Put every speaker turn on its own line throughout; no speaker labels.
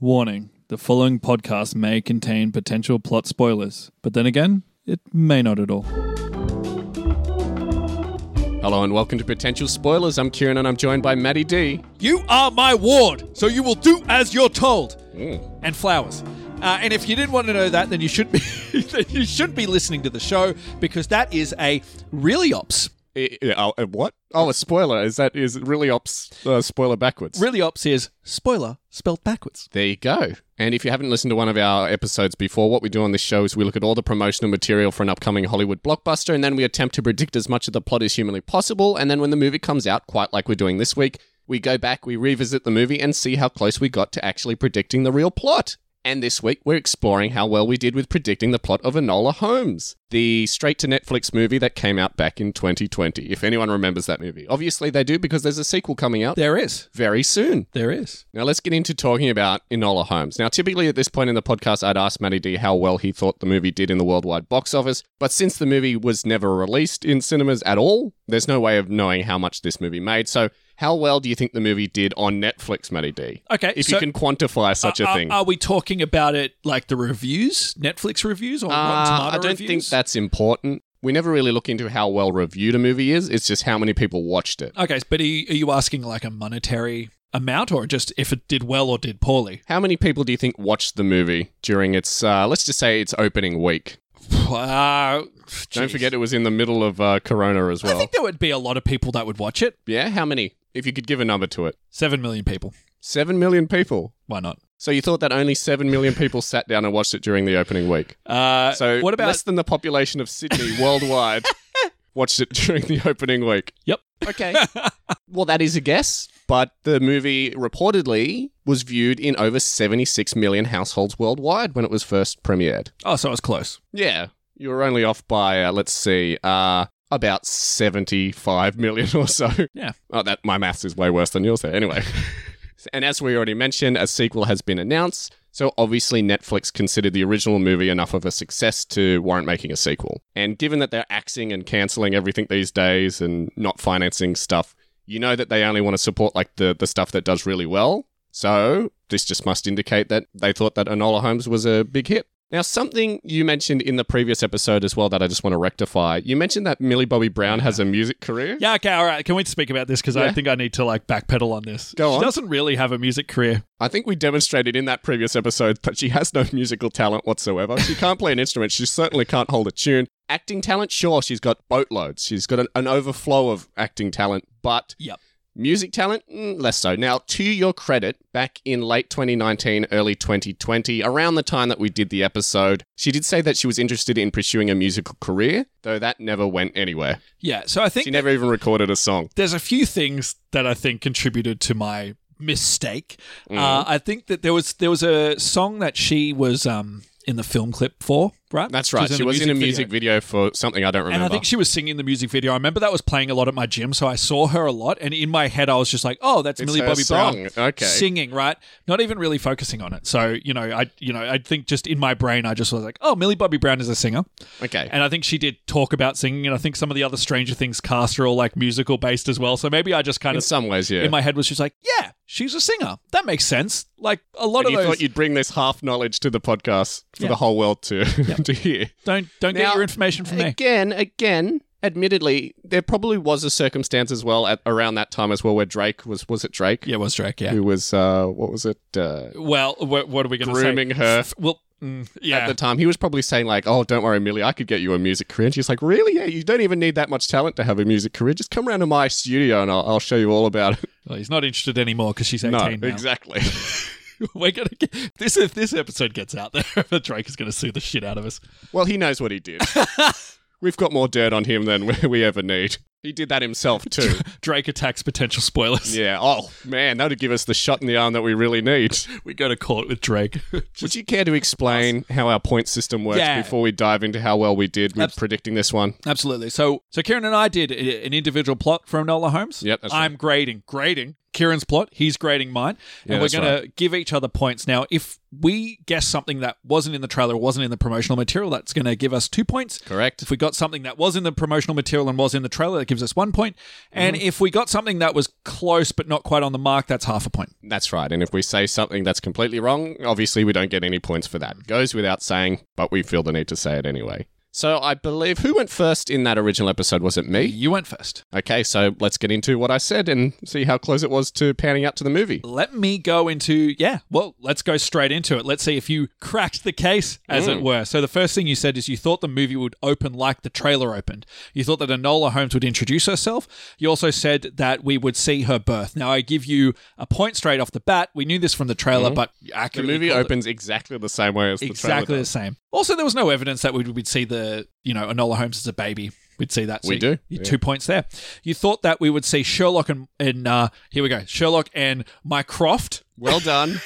Warning the following podcast may contain potential plot spoilers, but then again, it may not at all.
Hello and welcome to Potential Spoilers. I'm Kieran and I'm joined by Maddie D.
You are my ward, so you will do as you're told. And flowers. Uh, and if you didn't want to know that, then you should be then you should be listening to the show because that is a really ops.
I- I- oh, uh, what? Oh, a spoiler. Is that is it really ops uh, spoiler backwards?
Really ops is spoiler spelled backwards.
There you go. And if you haven't listened to one of our episodes before, what we do on this show is we look at all the promotional material for an upcoming Hollywood blockbuster and then we attempt to predict as much of the plot as humanly possible. And then when the movie comes out, quite like we're doing this week, we go back, we revisit the movie and see how close we got to actually predicting the real plot. And this week, we're exploring how well we did with predicting the plot of Enola Holmes, the straight to Netflix movie that came out back in 2020, if anyone remembers that movie. Obviously, they do because there's a sequel coming out
There is.
very soon.
There is.
Now let's get into talking about Enola Holmes. Now, typically at this point in the podcast, I'd ask Matty D how well he thought the movie did in the worldwide box office, but since the movie was never released in cinemas at all, there's no way of knowing how much this movie made. So, how well do you think the movie did on Netflix, Matty D?
Okay,
if
so- uh,
you can quantify such a
Are-
thing.
Are, we talking about it like the reviews, Netflix reviews, or Rotten
Uh,
Tomato
I don't
reviews?
think that's important. We never really look into how well reviewed a movie is. It's just how many people watched it.
Okay, but are you, are you asking like a monetary amount, or just if it did well or did poorly?
How many people do you think watched the movie during its, uh, let's just say, its opening week?
Uh,
Don't
geez.
forget it was in the middle of uh, Corona as
I
well.
think there would be a lot of people that would watch it.
Yeah, how many? If you could give a number to it,
Seven million people.
seven million people.
Why not?
So you thought that only seven million people sat down and watched it during the opening week?
Uh,
So
what about?
less than the population of Sydney worldwide watched it during the opening week?
Yep.
Okay. well, that is a guess, but the movie reportedly was viewed in over seventy-six million households worldwide when it was first premiered.
Oh, so it was close.
Yeah, you were only off by uh, let's see, uh, about seventy-five million or so.
Yeah.
Oh, that my maths is way worse than yours there. Anyway, and as we already mentioned, a sequel has been announced. So obviously, Netflix considered the original movie enough of a success to warrant making a sequel. And given that they're axing and canceling everything these days and not financing stuff, you know that they only want to support like the the stuff that does really well. So this just must indicate that they thought that Enola Holmes was a big hit. Now, something you mentioned in the previous episode as well that I just want to rectify. You mentioned that Millie Bobby Brown has a music career.
Yeah. Okay. All right. Can we speak about this? Because I
Yeah.
think I need to like backpedal on this.
Go on.
She doesn't really have a music career.
I think we demonstrated in that previous episode that she has no musical talent whatsoever. She can't play an instrument. She certainly can't hold a tune. Acting talent, sure, she's got boatloads. She's got an, an overflow of acting talent, but
Yep.
music talent, mm, less so. Now, to your credit, back in late 2019, early 2020, around the time that we did the episode, she did say that she was interested in pursuing a musical career, though that never went anywhere.
Yeah. So I think
She never even recorded a song.
there's a few things that I think contributed to my mistake. Uh,
Mm-hmm.
I think that there was there was a song that she was um in the film clip for. Right.
That's right. She was, in a music video. for something I don't remember.
And I think she was singing the music video. I remember that was playing a lot at my gym, so I saw her a lot. And in my head, I was just like, "Oh, that's
It's
Millie
her
Bobby
song.
Brown
Okay.
singing, right? Not even really focusing on it." So you know, I you know, I think just in my brain, I just was like, "Oh, Millie Bobby Brown is a singer,"
okay.
and I think she did talk about singing. And I think some of the other Stranger Things cast are all like musical based as well. So maybe I just kind
in
of
some ways, yeah.
in my head was just like, "Yeah, she's a singer. That makes sense." Like a lot
And you
of those.
thought you'd bring this half knowledge to the podcast for
Yeah.
the whole world to to hear.
don't don't
Now-
get your information from me.
Again, again, admittedly, there probably was a circumstance as well at around that time as well where Drake was was it Drake
Yeah, it was Drake. Yeah.
who was uh what was it uh,
Well, what, what are we going to say?
grooming her
Well, mm, yeah.
at the time. He was probably saying like, "Oh, don't worry, Millie, I could get you a music career." And she's like, "Really? Yeah, you don't even need that much talent to have a music career. Just come round to my studio and I'll, I'll show you all about it."
Well, he's not interested anymore because she's 18
No,
now.
exactly.
We're gonna get, this if this episode gets out there, Drake is gonna sue the shit out of us.
Well, he knows what he did. We've got more dirt on him than we- we ever need. He did that himself too.
Drake attacks potential spoilers.
yeah. Oh man, that'd give us the shot in the arm that we really need.
We go to court with Drake.
Would you care to explain how our point system works
Yeah.
before we dive into how well we did with
Abs-
predicting this one?
Absolutely. So, so Kieran and I did a- an individual plot from Nola Holmes.
Yep, that's
I'm grading, grading. Kieran's plot, he's grading mine,
Yeah,
and we're
that's
going to give each other points. Now, if we guess something that wasn't in the trailer, or wasn't in the promotional material, that's going to give us two points.
Correct.
If we got something that was in the promotional material and was in the trailer, that gives us one point. And
Mm-hmm.
if we got something that was close but not quite on the mark, that's half a point.
That's right. And if we say something that's completely wrong, obviously we don't get any points for that. Goes without saying, but we feel the need to say it anyway. So I believe who went first in that original episode? Was it me?
You went first.
Okay, so let's get into what I said and see how close it was to panning out to the movie.
Let me go into, yeah, well, let's go straight into it. Let's see if you cracked the case, as it were. So, the first thing you said is you thought the movie would open like the trailer opened. You thought that Enola Holmes would introduce herself. You also said that we would see her birth. Now, I give you a point straight off the bat. We knew this from the trailer, but you
The
accurately
movie
called it.
opens exactly the same way as the trailer
exactly the
does.
same. Also, there was no evidence that we'd, we'd see the you know Enola Holmes as a baby. We'd see that. So
We
you-
do,
you- Two points there. You thought that we would see Sherlock and and uh, here we go Sherlock and Mycroft.
Well done.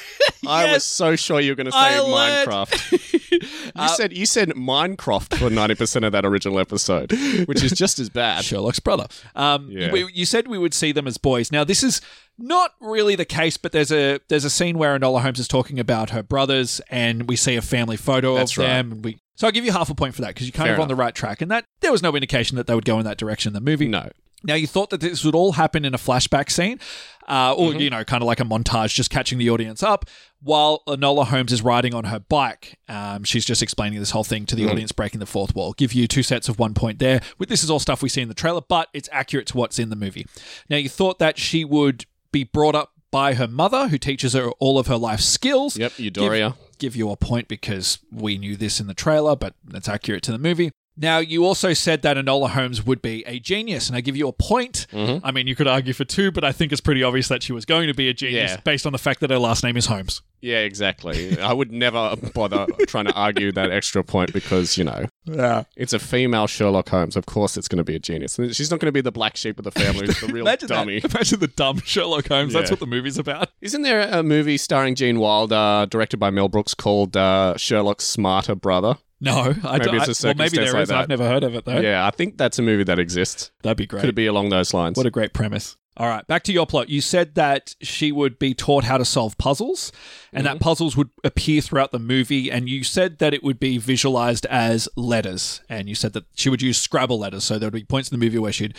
I was so sure you were going to say
I learned. Uh,
Minecraft. you said you said Minecraft for ninety percent of that original episode, which is just as bad.
Sherlock's brother. Um,
Yeah.
we- you said we would see them as boys. Now this is not really the case, but there's a there's a scene where Enola Holmes is talking about her brothers, and we see a family photo
That's
of
right.
them. And we, so I'll give you half a point for that because you're kind
Fair
of on the right track, and that there was no indication that they would go in that direction in the movie.
No,
Now, you thought that this would all happen in a flashback scene, uh, or, you know, kind of like a montage, just catching the audience up, while Enola Holmes is riding on her bike. Um, she's just explaining this whole thing to the audience, breaking the fourth wall. Give you two sets of one point there. With This is all stuff we see in the trailer, but it's accurate to what's in the movie. Now, you thought that she would be brought up by her mother, who teaches her all of her life skills
yep, Eudoria.
give you a point because we knew this in the trailer, but that's accurate to the movie. Now, you also said that Enola Holmes would be a genius, and I give you a point.
Mm-hmm.
I mean, you could argue for two, but I think it's pretty obvious that she was going to be a genius
Yeah.
based on the fact that her last name is Holmes.
Yeah, exactly. I would never bother trying to argue that extra point because you know
Yeah.
it's a female Sherlock Holmes. Of course, it's going to be a genius. She's not going to be the black sheep of the family. Who's the real
Imagine
dummy.
That. Imagine the dumb Sherlock Holmes. That's
Yeah.
what the movie's about.
Isn't there a movie starring Gene Wilder, directed by Mel Brooks, called uh, Sherlock's Smarter Brother?
No, I
Maybe
don't.
it's a
I- well, maybe there
circumstance like
is, and I've
that.
never heard of it though.
Yeah, I think that's a movie that exists.
That'd be great.
Could it be along those lines?
What a great premise. All right, back to your plot. You said that she would be taught how to solve puzzles and
Mm-hmm.
that puzzles would appear throughout the movie. And you said that it would be visualized as letters. And you said that she would use Scrabble letters. So there would be points in the movie where she'd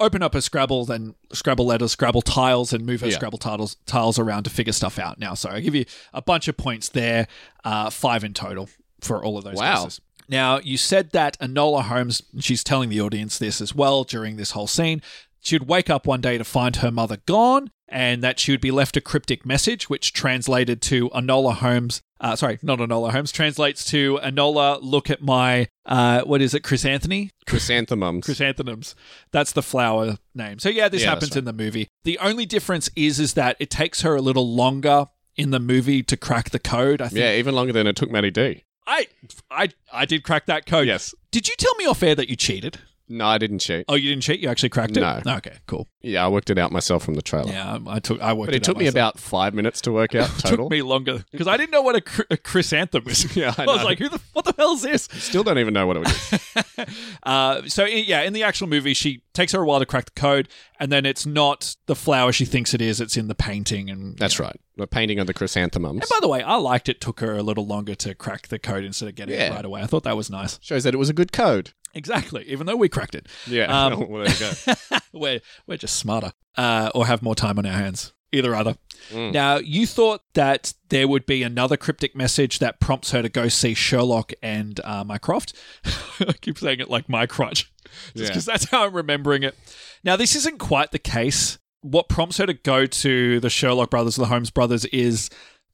open up her Scrabble, then Scrabble letters, Scrabble tiles, and move her
Yeah.
Scrabble tiles, tiles around to figure stuff out. Now, so I give you a bunch of points there, uh, five in total for all of those
Wow.
guesses. Now, you said that Enola Holmes, she's telling the audience this as well during this whole scene. She'd wake up one day to find her mother gone and that she would be left a cryptic message, which translated to Enola Holmes. Uh, sorry, not Enola Holmes, translates to Enola, look at my, uh, what is it, Chris Anthony?
Chrysanthemums.
Chrysanthemums. That's the flower name. So yeah, this
Yeah,
happens
that's right.
in the movie. The only difference is is that it takes her a little longer in the movie to crack the code. I think
yeah, even longer than it took Matty D.
I I I did crack that code.
Yes.
Did you tell me off air that you cheated?
No, I didn't cheat.
Oh, you didn't cheat. You actually cracked it.
No.
Okay. Cool.
Yeah, I worked it out myself from the trailer.
Yeah, I took. I worked.
But it,
out
took me
myself.
about five minutes to work out total.
Took me longer because I didn't know what a, cr- a chrysanthemum is.
Yeah, I
was
know.
like, who the what the hell is this?
Still don't even know what it was.
Uh, so i- yeah, in the actual movie, she takes her a while to crack the code, and then it's not the flower she thinks it is; it's in the painting. And
That's right. The painting of the
And
chrysanthemums
by the way, I liked it. Took her a little longer to crack the code instead of getting it
Yeah.
right away. I thought that was nice.
shows that it was a good code.
Exactly. Even though we cracked it,
Yeah.
Um,
well, there you go.
we're we're just smarter, uh, or have more time on our hands. Either other.
Mm.
Now, you thought that there would be another cryptic message that prompts her to go see Sherlock and uh, Mycroft. I keep saying it like my crutch, just
Yeah.
because that's how I'm remembering it. Now, this isn't quite the case. What prompts her to go to the Sherlock brothers, the Holmes brothers, is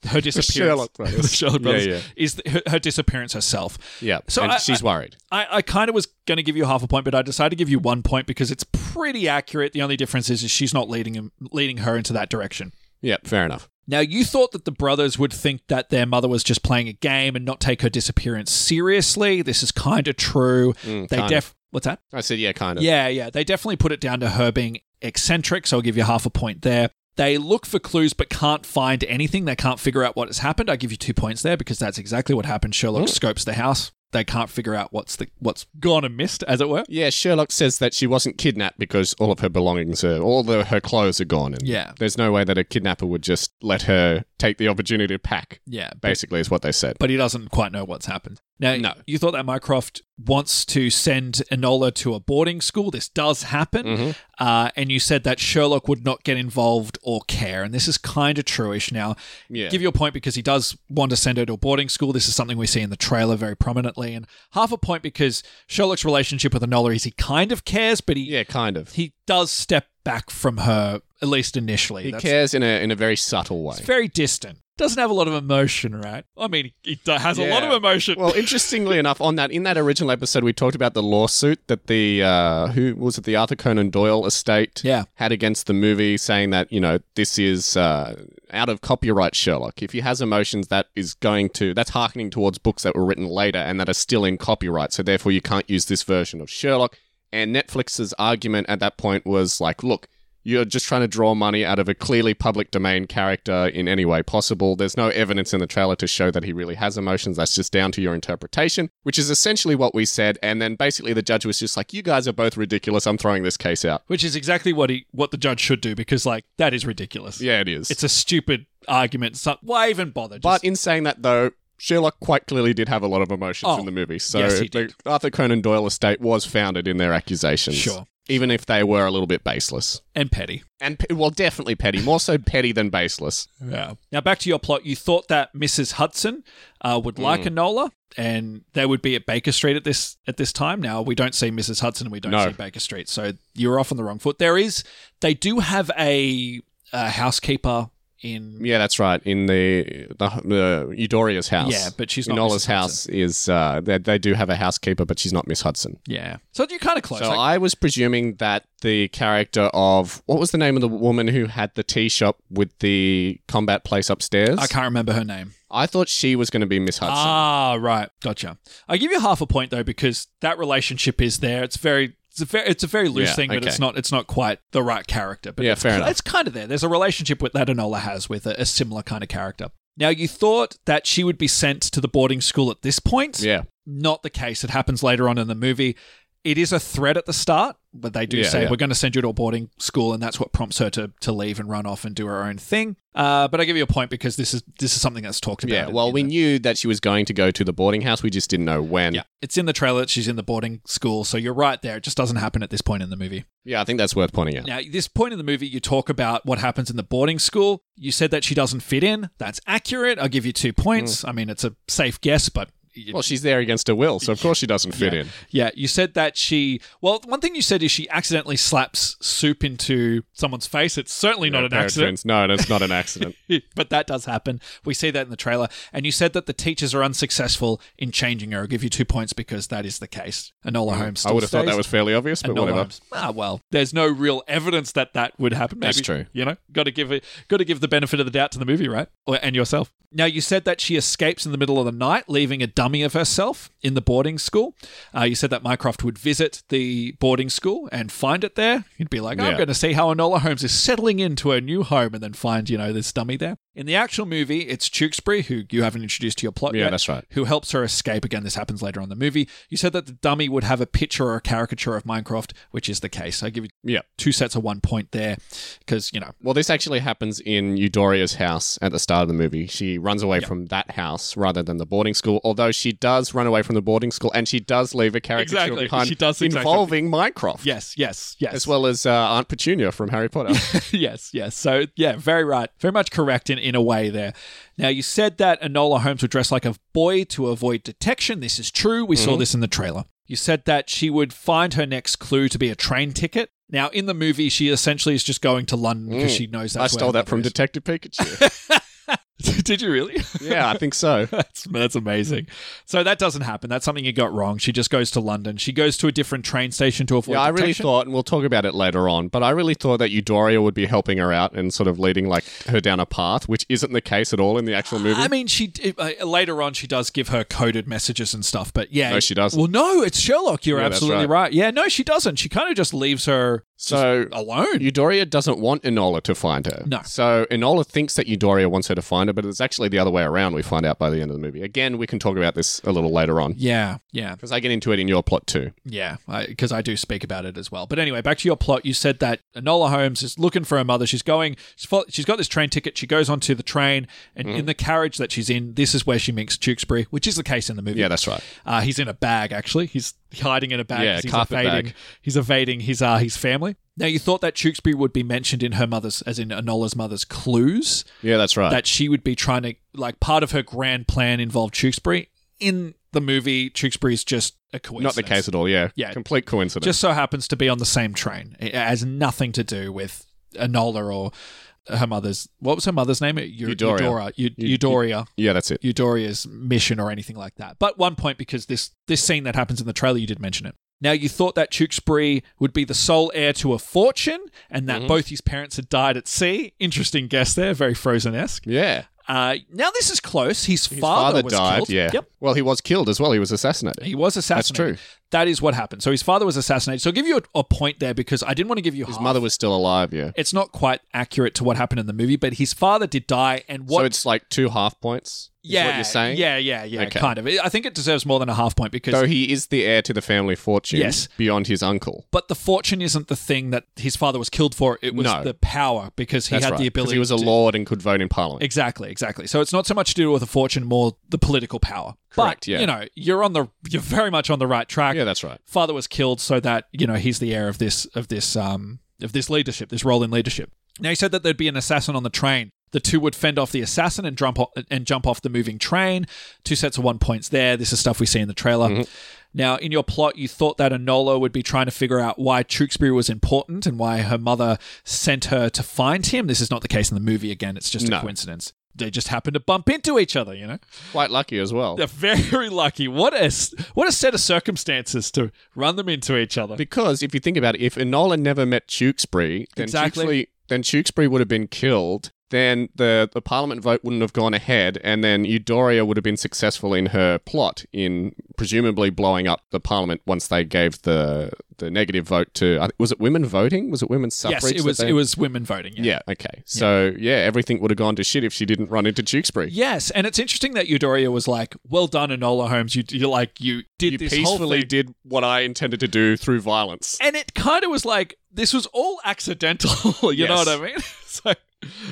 her disappearance.
Sherlock brothers.
the Sherlock
Yeah,
brothers
yeah.
is th- her, her disappearance herself.
Yeah.
So
So
I-
she's worried.
I, I kind of was going to give you half a point, but I decided to give you one point because it's pretty accurate. The only difference is, is she's not leading him, leading her into that direction.
Yeah, fair enough.
Now, you thought that the brothers would think that their mother was just playing a game and not take her disappearance seriously. This is kind of true.
Mm,
they
kind
def what's that?
I said, yeah, kind of.
Yeah, yeah. They definitely put it down to her being eccentric, so I'll give you half a point there. They look for clues but can't find anything. They can't figure out what has happened. I give you two points there because that's exactly what happened. Sherlock scopes the house. they can't figure out what's the what's gone amiss, as it were.
Yeah, Sherlock says that she wasn't kidnapped because all of her belongings are, all the, her clothes are gone. And
Yeah.
There's no way that a kidnapper would just let her take the opportunity to pack,
Yeah, but,
basically, is what they said.
but he doesn't quite know what's happened. Now,
No.
you thought that Mycroft wants to send Enola to a boarding school. This does happen,
Mm-hmm.
uh, and you said that Sherlock would not get involved or care, and this is kind of truish. Now,
Yeah.
give you a point because he does want to send her to a boarding school. This is something we see in the trailer very prominently, and half a point because Sherlock's relationship with Enola is he kind of cares, but he
yeah, kind of.
he does step back from her at least initially.
He
That's-
cares in a in a very subtle way.
It's very distant. Doesn't have a lot of emotion, right? I mean, he d- has a lot
Yeah.
of emotion.
Well, interestingly enough, on that in that original episode, we talked about the lawsuit that the uh, who was it the Arthur Conan Doyle estate
Yeah.
had against the movie, saying that you know this is uh, out of copyright Sherlock. If he has emotions, that is going to that's harkening towards books that were written later and that are still in copyright. So therefore, you can't use this version of Sherlock. And Netflix's argument at that point was like, look. You're just trying to draw money out of a clearly public domain character in any way possible. There's no evidence in the trailer to show that he really has emotions. That's just down to your interpretation, which is essentially what we said. And then basically the judge was just like, you guys are both ridiculous. I'm throwing this case out.
Which is exactly what he what the judge should do because like that is ridiculous.
Yeah, it is.
It's a stupid argument. So, why even bother? Just-
but in saying that, though, Sherlock quite clearly did have a lot of emotions
Oh,
in the movie. So
yes, he
the Arthur Conan Doyle estate was founded in their accusations.
Sure.
Even if they were a little bit baseless.
and petty.
And, pe- well, definitely petty. More so petty than baseless.
Yeah. Now back to your plot. You thought that Mrs. Hudson uh, would like
Hmm.
Enola, and they would be at Baker Street at this at this time. Now we don't see Mrs. Hudson, and we don't
No.
see Baker Street, so you're off on the wrong foot. There is they do have a, a housekeeper in
Yeah, that's right. In the the, the Eudoria's house.
yeah, but she's not
Enola's
Mrs. Hudson.
house is uh, they, they do have a housekeeper, but she's not Miss Hudson.
Yeah, so you're kind of close.
So
Like,
I was presuming that the character of what was the name of the woman who had the tea shop with the combat place upstairs?
I can't remember her name.
I thought she was going to be Miss Hudson.
Ah, right. Gotcha. I give you half a point though because that relationship is there. It's very it's a very it's a very loose
Yeah,
thing, but
okay.
it's not it's not quite the right character. But
Yeah,
it's,
fair enough.
It's kind of there. There's a relationship with that Enola has with a, a similar kind of character. Now you thought that she would be sent to the boarding school at this point.
yeah,
Not the case. It happens later on in the movie. It is a threat at the start, but they do
Yeah,
say
yeah.
we're going to send you to a boarding school, and that's what prompts her to, to leave and run off and do her own thing. Uh, but I give you a point because this is this is something that's talked about.
yeah.
in-
Well,
in
we
the-
knew that she was going to go to the boarding house. We just didn't know when.
yeah, it's in the trailer. that She's in the boarding school, so you're right there. It just doesn't happen at this point in the movie.
Yeah, I think that's worth pointing out.
Now, this point in the movie, you talk about what happens in the boarding school. You said that she doesn't fit in. That's accurate. I'll give you two points. I mean, it's a safe guess, but you-
Mm. Well, she's there against her will, so of course she doesn't fit in.
yeah, you said that she. Well, one thing you said is she accidentally slaps soup into someone's face. It's certainly not an
Parent
accident.
friends. No, that's not an accident.
but that does happen. We see that in the trailer. And you said that the teachers are unsuccessful in changing her. I'll give you two points because that is the case. Anola Holmes.
Mm, I would have
still
thought that
stays.
was fairly obvious, but
Enola
whatever.
Holmes. Ah, well, there's no real evidence that that would happen. Maybe,
That's true.
You know, got to give it, got to give the benefit of the doubt to the movie, right? Or, and yourself. Now, you said that she escapes in the middle of the night, leaving a dummy of herself in the boarding school. Uh, you said that Mycroft would visit the boarding school and find it there. He'd be like, I'm
Yeah.
going to see how Enola Holmes is settling into her new home, and then find you know this dummy there. In the actual movie, it's Tewksbury, who you haven't introduced to your plot
Yeah,
yet
that's right.
who helps her escape. Again, this happens later on in the movie. You said that the dummy would have a picture or a caricature of Minecraft, which is the case. I give you
Yeah.
two sets of one point there because, you know,
Well, this actually happens in Eudoria's house at the start of the movie. She runs away from that house rather than the boarding school, although she does run away from the boarding school and she does leave a caricature
Exactly.
behind
She does exactly.
involving Mycroft.
yes, yes, yes.
As well as uh, Aunt Petunia from Harry Potter.
yes, yes. So, yeah, very right. Very much correct in, in a way there. Now, you said that Enola Holmes would dress like a boy to avoid detection. This is true. We
Mm-hmm.
saw this in the trailer. You said that she would find her next clue to be a train ticket. Now, in the movie, she essentially is just going to London because she knows
Mm. I
that's
stole
where
that from
Mother
Detective Pikachu.
is. Did you really?
yeah, I think so.
That's that's amazing. So that doesn't happen. That's something you got wrong. She just goes to London. She goes to a different train station to avoid.
Yeah, I really
detection.
thought, and we'll talk about it later on, but I really thought that Eudoria would be helping her out and sort of leading like her down a path, which isn't the case at all in the actual movie.
I mean, she uh, later on she does give her coded messages and stuff, but yeah,
No, she doesn't.
Well, no, it's Sherlock. You're
Yeah, that's
absolutely right.
right.
Yeah, no, she doesn't. She kind of just leaves her
So
alone.
Eudoria doesn't want Enola to find her.
No.
So Enola thinks that Eudoria wants her to find her, but it's actually the other way around. We find out by the end of the movie. Again, we can talk about this a little later on
yeah, yeah,
because I get into it in your plot too.
yeah. Because I, do speak about it as well. But anyway, back to your plot. You said that Enola Holmes is looking for her mother. She's going. She's, fo- she's got this train ticket. She goes onto the train, and
Mm.
in the carriage that she's in, this is where she meets Tewksbury, which is the case in the movie.
Yeah, that's right.
Uh, he's in a bag, actually. He's hiding in a bag.
Yeah,
'cause he's
carpet
evading,
bag.
He's evading his uh, his family. Now, you thought that Tewksbury would be mentioned in her mother's, as in Enola's mother's clues,
Yeah, that's right.
that she would be trying to, like, part of her grand plan involved Tewksbury. In the movie, Tewksbury is just a
Not
coincidence.
the case at all. Yeah.
Yeah.
Complete coincidence.
Just so happens to be on the same train. It has nothing to do with Enola or her mother's, what was her mother's name? Eu-
Eudoria.
Eudora. Eu- Eudoria.
yeah, that's it.
Eudoria's mission or anything like that. But one point, because this this scene that happens in the trailer, you did mention it. Now you thought that Tewksbury would be the sole heir to a fortune, and
Mm-hmm.
that both his parents had died at sea. Interesting guess there, very Frozen esque.
Yeah.
Uh, now this is close. His,
His
father, was
died.
killed.
Yeah.
Yep.
Well, he was killed as well. He was assassinated.
He was
true.
assassinated. That is what happened. So his father was assassinated. So I'll give you a, a point there because I didn't want to give you
His
half.
mother was still alive. Yeah.
It's not quite accurate to what happened in the movie, but his father did die. And what
So it's like two half points. is
yeah,
what you're saying.
yeah, yeah, yeah,
Okay.
kind of. I think it deserves more than a half point because
So he is the heir to the family fortune.
Yes.
Beyond his uncle.
But the fortune isn't the thing that his father was killed for. It was
No.
the power because he
That's
had
right,
the
'cause
ability.
He was a
to-
lord and could vote in parliament.
Exactly, exactly. So it's not so much to do with the fortune, more the political power.
Correct,
but
yeah.
you know, you're on the you're very much on the right track.
yeah, that's right.
Father was killed so that you know he's the heir of this of this um of this leadership, this role in leadership. Now he said that there'd be an assassin on the train. The two would fend off the assassin and jump off, and jump off the moving train. Two sets of one points there. This is stuff we see in the trailer. Now, in your plot, you thought that Enola would be trying to figure out why Tewksbury was important and why her mother sent her to find him. This is not the case in the movie. Again, it's just
No.
a coincidence. They just happened to bump into each other. You know.
Quite lucky as well.
They're very lucky. What a s- what a set of circumstances to run them into each other.
Because if you think about it, if Enola never met Tewksbury, then
Exactly.
Tewksbury, then Tewksbury would have been killed. Then the, the parliament vote wouldn't have gone ahead, and then Eudoria would have been successful in her plot in presumably blowing up the parliament once they gave the the negative vote to I think- was it women voting? Was it women's suffrage?
yes, it
that
was
they-
it was women voting. Yeah.
Yeah. Okay. So yeah, everything would have gone to shit if she didn't run into Tewksbury.
Yes, and it's interesting that Eudoria was like, "Well done, Enola Holmes. You you like you did
You
this whole
peacefully
thing."
did what I intended to do through violence.
And it kind of was like this was all accidental. you know
Yes.
what I mean? so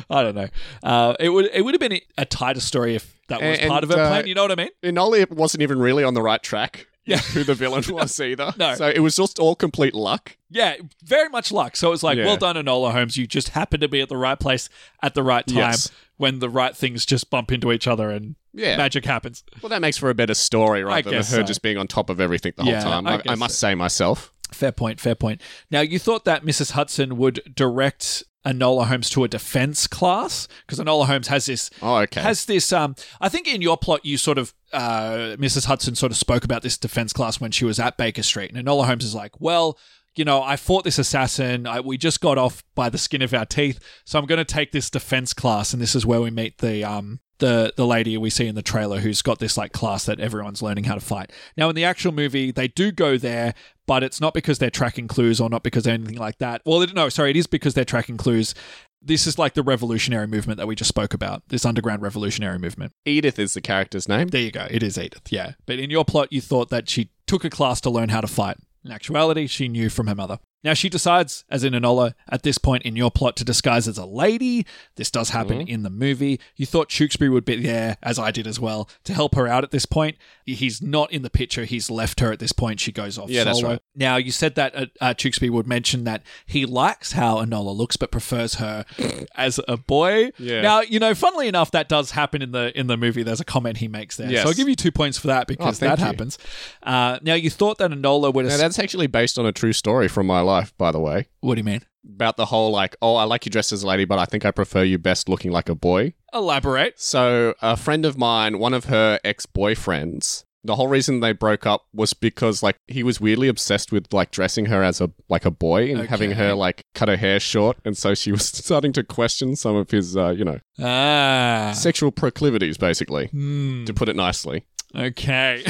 I don't know. Uh, it would it would have been a tighter story if that was
And-
part of her
and, uh,
plan. You know what I mean?
Enola wasn't even really on the right track.
Yeah.
Who the villain was either.
No.
So it was just all complete luck.
Yeah, very much luck. So it's like,
Yeah.
well done, Enola Holmes. You just happened to be at the right place at the right time
Yes.
when the right things just bump into each other and
Yeah.
magic happens.
Well, that makes for a better story rather than her
guess so.
just being on top of everything the
Yeah,
whole time.
I
I, I
guess
must say myself.
Fair point, fair point. Now, you thought that Mrs. Hudson would direct Enola Holmes to a defense class because Enola Holmes has this.
Oh, okay.
Has this? Um, I think in your plot, you sort of, uh, Mrs. Hudson sort of spoke about this defense class when she was at Baker Street, and Enola Holmes is like, "Well, you know, I fought this assassin. I, we just got off by the skin of our teeth, so I'm going to take this defense class." And this is where we meet the um the the lady we see in the trailer who's got this like class that everyone's learning how to fight. Now, in the actual movie, they do go there, but it's not because they're tracking clues or not because they're anything like that. Well, it, no, sorry, it is because they're tracking clues. This is like the revolutionary movement that we just spoke about, this underground revolutionary movement.
Edith is the character's name.
There you go. It is Edith. Yeah. But in your plot, you thought that she took a class to learn how to fight. In actuality, she knew from her mother. Now she decides, as in Enola, at this point in your plot to disguise as a lady. This does happen
Mm-hmm.
in the movie. You thought Tewksbury would be there, as I did as well, to help her out at this point. He's not in the picture. He's left her at this point. She goes off
Yeah,
solo.
that's right.
Now you said that uh, uh, Tewksbury would mention that he likes how Enola looks, but prefers her as a boy.
Yeah.
Now you know, funnily enough, that does happen in the in the movie. There's a comment he makes there.
Yes. Oh,
So I'll give you two points for that because
thank
that
you.
happens. Uh, now you thought that Enola would.
Now,
Have,
that's actually based on a true story from my life, by the way.
what do you mean?
About the whole, like, oh, I like you dressed as a lady, but I think I prefer you best looking like a boy.
Elaborate.
So, a friend of mine, one of her ex boyfriends, the whole reason they broke up was because like he was weirdly obsessed with like dressing her as a like a boy and having
Okay.
her like cut her hair short, and so she was starting to question some of his uh, you know
Ah.
sexual proclivities, basically,
Hmm.
to put it nicely.
Okay.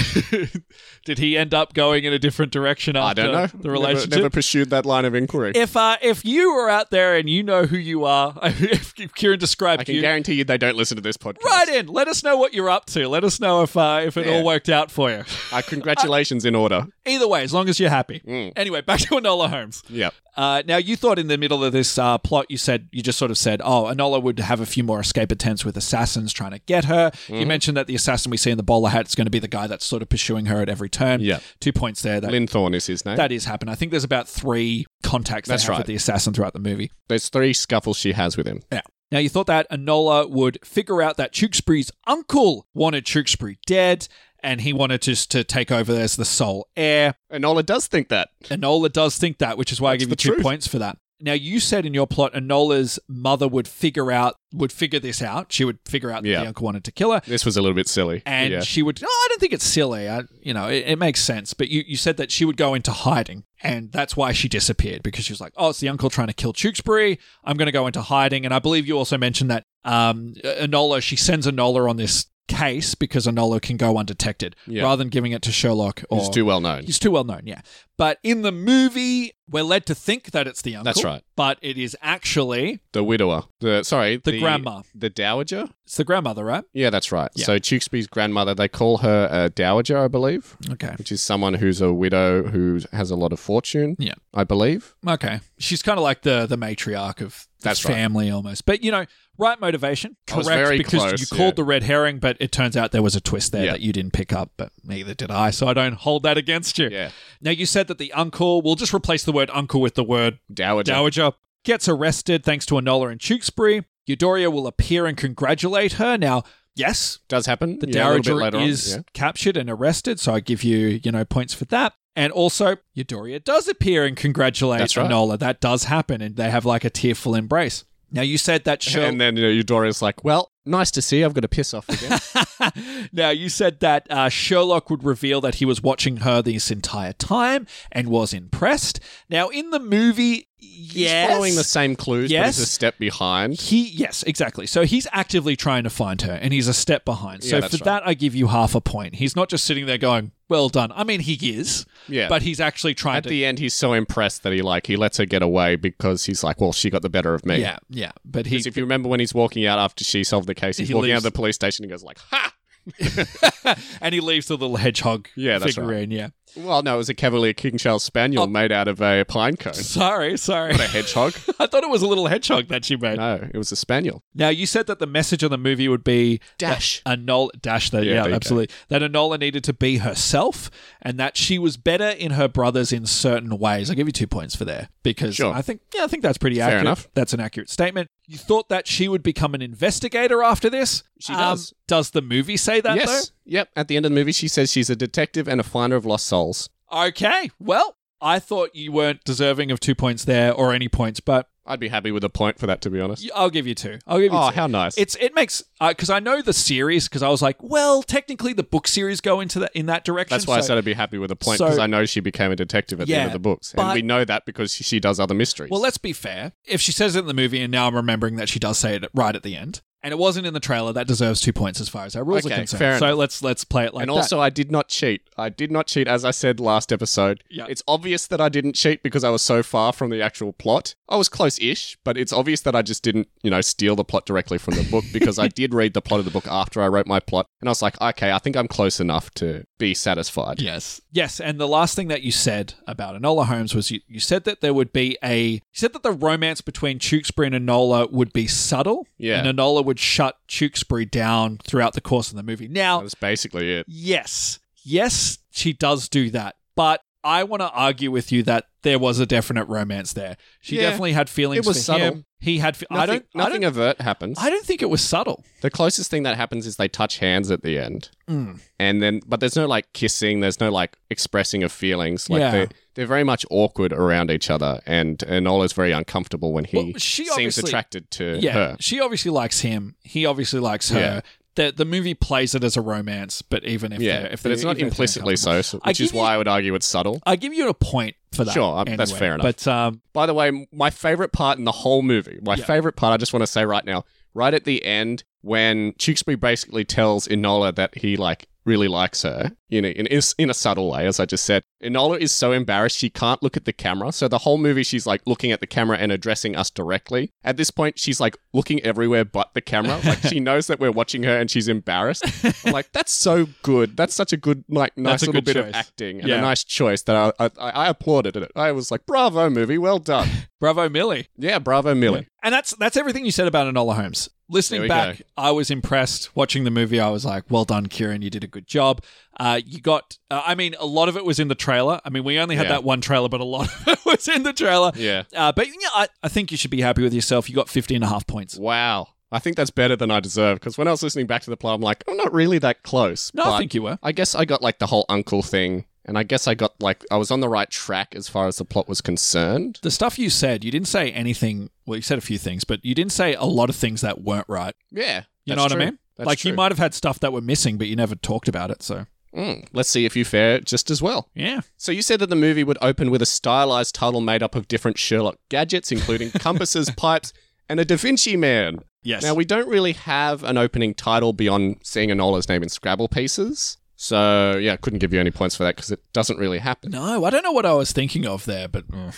Did he end up going in a different direction
I
after
don't know.
the
Never-
relationship?
Never, pursued that line of inquiry.
If uh, if you are out there and you know who you are, if Kieran described
I can
you,
guarantee you they don't listen to this podcast.
write in. Let us know what you're up to. Let us know if uh, if it
Yeah.
all worked out for you.
Uh, congratulations in order.
Either way, as long as you're happy.
Mm.
Anyway, back to Enola Holmes.
Yep.
Uh, now, you thought in the middle of this uh, plot, you said you just sort of said, "Oh, Anola would have a few more escape attempts with assassins trying to get her."
Mm.
You mentioned that the assassin we see in the bowler hat is going to be the guy that's sort of pursuing her at every turn.
Yeah.
two points there. That,
Lynn Thorne is his name.
that is happening. I think there's about three contacts
That's
they have
right.
with the assassin throughout the movie.
There's three scuffles she has with him.
Yeah. Now, you thought that Enola would figure out that Tewksbury's uncle wanted Tewksbury dead, and he wanted just to take over as the sole heir.
Enola does think that.
Enola does think that, which is why
That's
I give
the
you two
truth.
points for that. Now, you said in your plot, Enola's mother would figure out, would figure this out. She would figure out that
Yeah.
the uncle wanted to kill her.
This was a little bit silly.
And
yeah.
she would, oh, I don't think it's silly. I, you know, it, it makes sense. But you, you said that she would go into hiding. And that's why she disappeared because she was like, oh, it's the uncle trying to kill Tewksbury. I'm going to go into hiding. And I believe you also mentioned that um, Enola, she sends Enola on this case because Enola can go undetected
Yeah.
rather than giving it to Sherlock or
He's too well known.
He's too well known, yeah. But in the movie, we're led to think that it's the uncle.
That's right.
But it is actually
The widower. The sorry,
the, grandma.
The dowager?
It's the grandmother, right?
Yeah, that's right.
Yeah.
So Tewksbury's grandmother, they call her a dowager, I believe,
Okay.
which is someone who's a widow who has a lot of fortune.
Yeah.
I believe.
Okay. She's kind of like the the matriarch of the
That's right.
family almost. But you know, right motivation,
I was
correct
very
because
close,
you
yeah.
called the red herring, but it turns out there was a twist there
Yeah.
that you didn't pick up, but neither did I, so I don't hold that against you.
Yeah.
Now you said that the uncle, we'll just replace the word uncle with the word
Dowager.
Dowager gets arrested thanks to Enola and Tewksbury. Eudoria will appear and congratulate her. Now, yes,
Does happen.
the
yeah, a little bit
Dowager
later on.
is
Yeah.
captured and arrested, so I give you, you know, points for that. And also, Eudoria does appear and congratulate
That's right.
Enola. That does happen, and they have like a tearful embrace. Now, you said that Sherlock.
And then you know, Eudoria's like, well, nice to see you. I've got to piss off again.
now, you said that uh, Sherlock would reveal that he was watching her this entire time and was impressed. Now, in the movie, yes.
He's following the same clues, but
Yes.
he's a step behind.
He yes, exactly. So he's actively trying to find her, and he's a step behind. So
Yeah,
for
that's
that, I give you half a point. He's not just sitting there going, "Well done." I mean, he is,
Yeah.
but he's actually trying
At
to.
the end, he's so impressed that he like he lets her get away because he's like, well, she got the better of me.
yeah, yeah, but he.
Because if you remember when he's walking out after she solved the case, he's
He
walking
leaves.
out of the police station and goes like, ha!
and he leaves the little hedgehog
Yeah, that's
figurine. Yeah,
Well, no, it was a Cavalier King Charles Spaniel
Oh.
made out of a pine cone.
sorry, sorry.
Not a hedgehog.
I thought it was a little hedgehog that she made.
no, it was a spaniel.
Now you said that the message of the movie would be
Dash.
that Anola dash that
Yeah,
yeah,
there you go.
absolutely that Anola needed to be herself and that she was better in her brothers in certain ways. I'll give you two points for there because
Sure.
I think yeah I think that's pretty
Fair
accurate.
enough.
That's an accurate statement. You thought that she would become an investigator after this. Um,
She does.
Does the movie say that
yes. Yep. At the end of the movie, she says she's a detective and a finder of lost souls.
though? Okay, well. I thought you weren't deserving of two points there or any points, but
I'd be happy with a point for that, to be honest.
y- I'll give you two. I'll give you
Oh,
two.
how nice.
It's it makes because I know the series because I was like, well, technically the book series go into that in that direction.
That's why I
so-
said I'd be happy with a point
so-
because I know she became a detective at the
Yeah,
end of the books, and
but-
we know that because she, she does other mysteries.
Well, let's be fair. If she says it in the movie, and now I'm remembering that she does say it right at the end, and it wasn't in the trailer, that deserves two points as far as our rules are
Okay,
concerned.
fair
so let's let's play it like
and
that.
also, I did not cheat. I did not cheat, as I said last episode.
Yeah.
It's obvious that I didn't cheat because I was so far from the actual plot. I was close-ish, but it's obvious that I just didn't, you know, steal the plot directly from the book because I did read the plot of the book after I wrote my plot, and I was like, okay, I think I'm close enough to be satisfied.
Yes. Yes. And the last thing that you said about Enola Holmes was you, you said that there would be a. You said that the romance between Tewksbury and Enola would be subtle.
Yeah.
And Enola would shut Tewksbury down throughout the course of the movie. Now,
That was basically it.
Yes. Yes, she does do that. But I want to argue with you that there was a definite romance there. She
Yeah.
definitely had feelings
It was
for
subtle.
him. He had fe-
Nothing,
I don't I
nothing
don't,
overt happens.
I don't think it was subtle.
the closest thing that happens is they touch hands at the end.
Mm.
and then but there's no like kissing there's no like expressing of feelings like
Yeah.
they're, they're very much awkward around each other and and Ola's very uncomfortable when he
Well, she
seems
obviously-
attracted to
Yeah.
her
She obviously likes him. He obviously likes her.
Yeah.
The the movie plays it as a romance, but even if
yeah
they're- if
but it's
they're-
not
even if they're
implicitly
uncomfortable.
so, so
I
which is
give you-
why I would argue it's subtle
I give you a point for that.
Sure, I- that's
anyway.
fair enough.
But um,
by the way m- my favorite part in the whole movie my
Yeah.
favorite part I just want to say right now right at the end when Tewksbury basically tells Enola that he like really likes her, you know, in, in, in a subtle way, as I just said. Enola is so embarrassed she can't look at the camera. So the whole movie, she's like looking at the camera and addressing us directly. At this point, she's like looking everywhere but the camera. Like she knows that we're watching her and she's embarrassed. I'm like, that's so good. That's such a good, like, nice
a
little
good
bit
choice.
of acting and
Yeah.
a nice choice that I, I, I applauded it. I was like, bravo, movie. Well done.
Bravo, Millie.
Yeah, bravo, Millie.
And that's that's everything you said about Enola Holmes.
There
Listening
we
back,
go.
I was impressed. Watching the movie, I was like, "Well done, Kieran. You did a good job. Uh, you got. Uh, I mean, a lot of it was in the trailer. I mean, we only had
Yeah.
that one trailer, but a lot of it was in the trailer.
Yeah.
Uh, but yeah, I, I think you should be happy with yourself. You got 50 and a half points.
Wow. I think that's better than I deserve because when I was listening back to the play, I'm like, I'm not really that close.
No,
but
I think you were.
I guess I got like the whole uncle thing, and I guess I got like I was on the right track as far as the plot was concerned.
The stuff you said, you didn't say anything. Well, you said a few things, but you didn't say a lot of things that weren't right.
Yeah,
You
that's
know what
true.
I mean?
That's
like
true.
you might have had stuff that were missing, but you never talked about it. So
Mm, let's see if you fare just as well.
yeah,
So you said that the movie would open with a stylized title made up of different Sherlock gadgets, including compasses, pipes, and a Da Vinci man.
yes.
Now we don't really have an opening title beyond seeing Enola's name in Scrabble pieces. So yeah, I couldn't give you any points for that because it doesn't really happen.
no, I don't know what I was thinking of there, but mm,